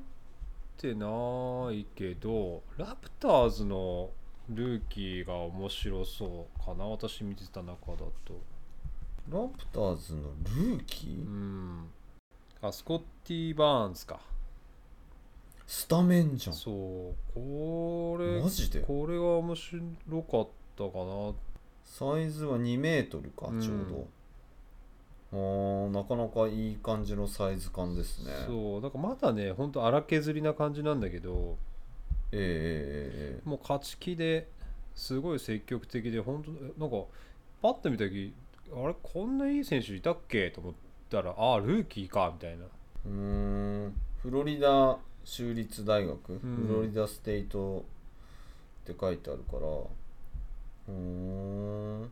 S1: てないけどラプターズのルーキーが面白そうかな私見てた中だと
S2: ラプターズのルーキー、
S1: うんあスコッティ・バーンズか
S2: スタメンじゃん
S1: そうこれ
S2: マジで
S1: これが面白かったかな
S2: サイズは2メートルか
S1: うん
S2: ちょうど、あーなかなかいい感じのサイズ感ですね
S1: そうなんかまだねほんと荒削りな感じなんだけど
S2: えええええ
S1: もう勝ち気ですごい積極的で本当なんかパッと見た時あれこんないい選手いたっけと思ったらああルーキーかみたいな
S2: えうーんフロリダ州立大学、
S1: ん
S2: フロリダステイトって書いてあるからうーん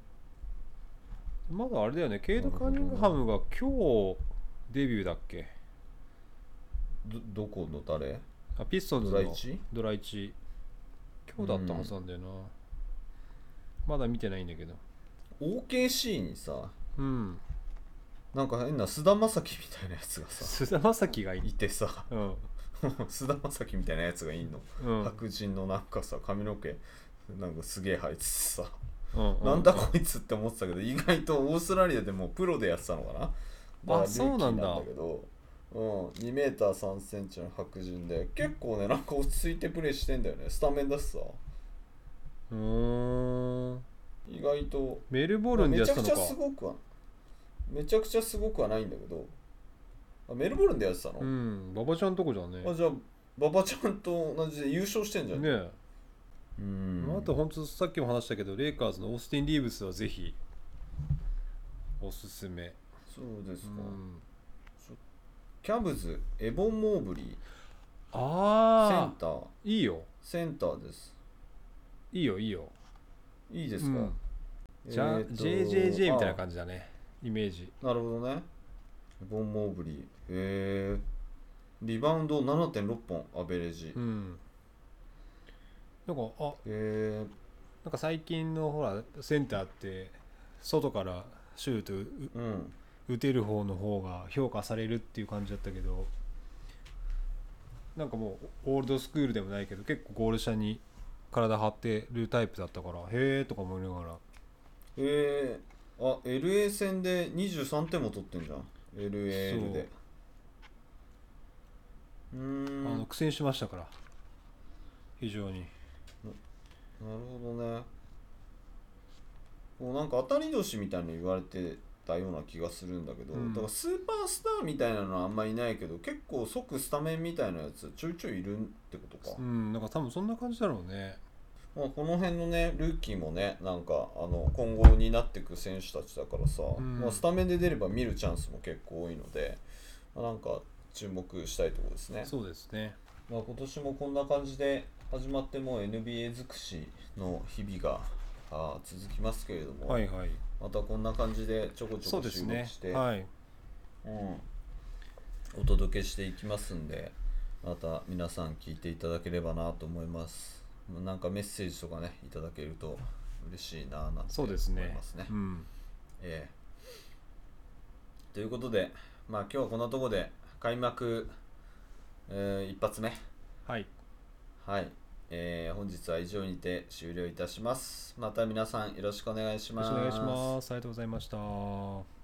S1: まだあれだよねケイド・カニングハムが今日デビューだっけ
S2: どどこの誰
S1: あピストンズ
S2: ドラ
S1: の
S2: 1
S1: ドラ1今日だったはずなんだよな、まだ見てないんだけど
S2: OKC にさ
S1: うん
S2: なんか変な菅田将暉みたいなやつがさ
S1: 菅田将暉がい
S2: い
S1: い
S2: てさ
S1: うん
S2: 菅田将暉みたいなやつがいんの
S1: うんう ん
S2: 白人のなんかさ髪の毛なんかすげえ生えててさ、
S1: う
S2: なんだこいつって思ってたけど意外とオーストラリアでもうプロでやってたのかなだから
S1: そうなんだ
S2: ルーキーけどうん、2メーター3センチの白人で結構ねなんか落ち着いてプレーしてんだよねスタメンだしさ
S1: うーん
S2: 意外と
S1: メルボルンでや
S2: め
S1: っ
S2: ち
S1: て
S2: ゃ
S1: たの
S2: くち
S1: か
S2: ゃすごくはめちゃくちゃすごくはないんだけどあメルボルンでやってたの、
S1: うん馬場ちゃんとこじゃね
S2: あじゃあ馬場ちゃんと同じで優勝してんじゃん
S1: ねえ
S2: うん
S1: あと本当さっきも話したけどレイカーズのオースティン・リーブスはぜひおすすめ、
S2: そうです
S1: う
S2: か、
S1: ん、
S2: キャブズエボン・モーブリーセン
S1: ああ
S2: ター、
S1: いいよ
S2: センターです。
S1: いいよいいよ
S2: いいですか、
S1: うんじゃ、
S2: えーと
S1: JJJ みたいな感じだねイメージ
S2: あなるほどね。ボン・モーブリー。へえ。リバウンド7.6本、アベレージ。
S1: う
S2: へ
S1: んなんかあ
S2: え。
S1: なんか最近のほらセンターって外からシュートう
S2: うん。
S1: 打てる方の方が評価されるっていう感じだったけどなんかもうオールドスクールでもないけど結構ゴール下に体張ってるタイプだったからへえとか思いながら
S2: へえ。あ、LA 戦で23点も取ってんじゃん。LAL で。う
S1: あ
S2: ーん。な
S1: の
S2: る
S1: 苦戦しましたから非常に
S2: ほどね。こうなんか当たり年みたいに言われてたような気がするんだけど、
S1: うん
S2: だからスーパースターみたいなのはあんまいないけど結構即スタメンみたいなやつちょいちょいいるってことか
S1: う、んなんか多分そんな感じだろうね
S2: まあ、この辺のねルーキーもねなんかあの今後になってく選手たちだからさ、
S1: ん
S2: まあ、スタメンで出れば見るチャンスも結構多いので、まあなんか注目したいところですね、
S1: そうですね
S2: まあ、今年もこんな感じで始まってもう NBA 尽くしの日々があー続きますけれども、
S1: はいはい
S2: またこんな感じでちょこち
S1: そ
S2: ょ
S1: う
S2: こ
S1: です
S2: 注目
S1: ね
S2: して、
S1: はい
S2: うん、お届けしていきますんでまた皆さん聞いていただければなと思いますなんかメッセージとかねいただけると嬉しいななんて
S1: そ
S2: 思
S1: う
S2: い
S1: で
S2: ますすね
S1: ねうん
S2: ええということでまあ今日はこんなとこで開幕、えー一発目
S1: はい
S2: はい、えー本日は以上にて終了いたしますまた皆さんよろしくお願いし
S1: よ
S2: ま
S1: ろ
S2: す
S1: しくお願いしますありがとうございました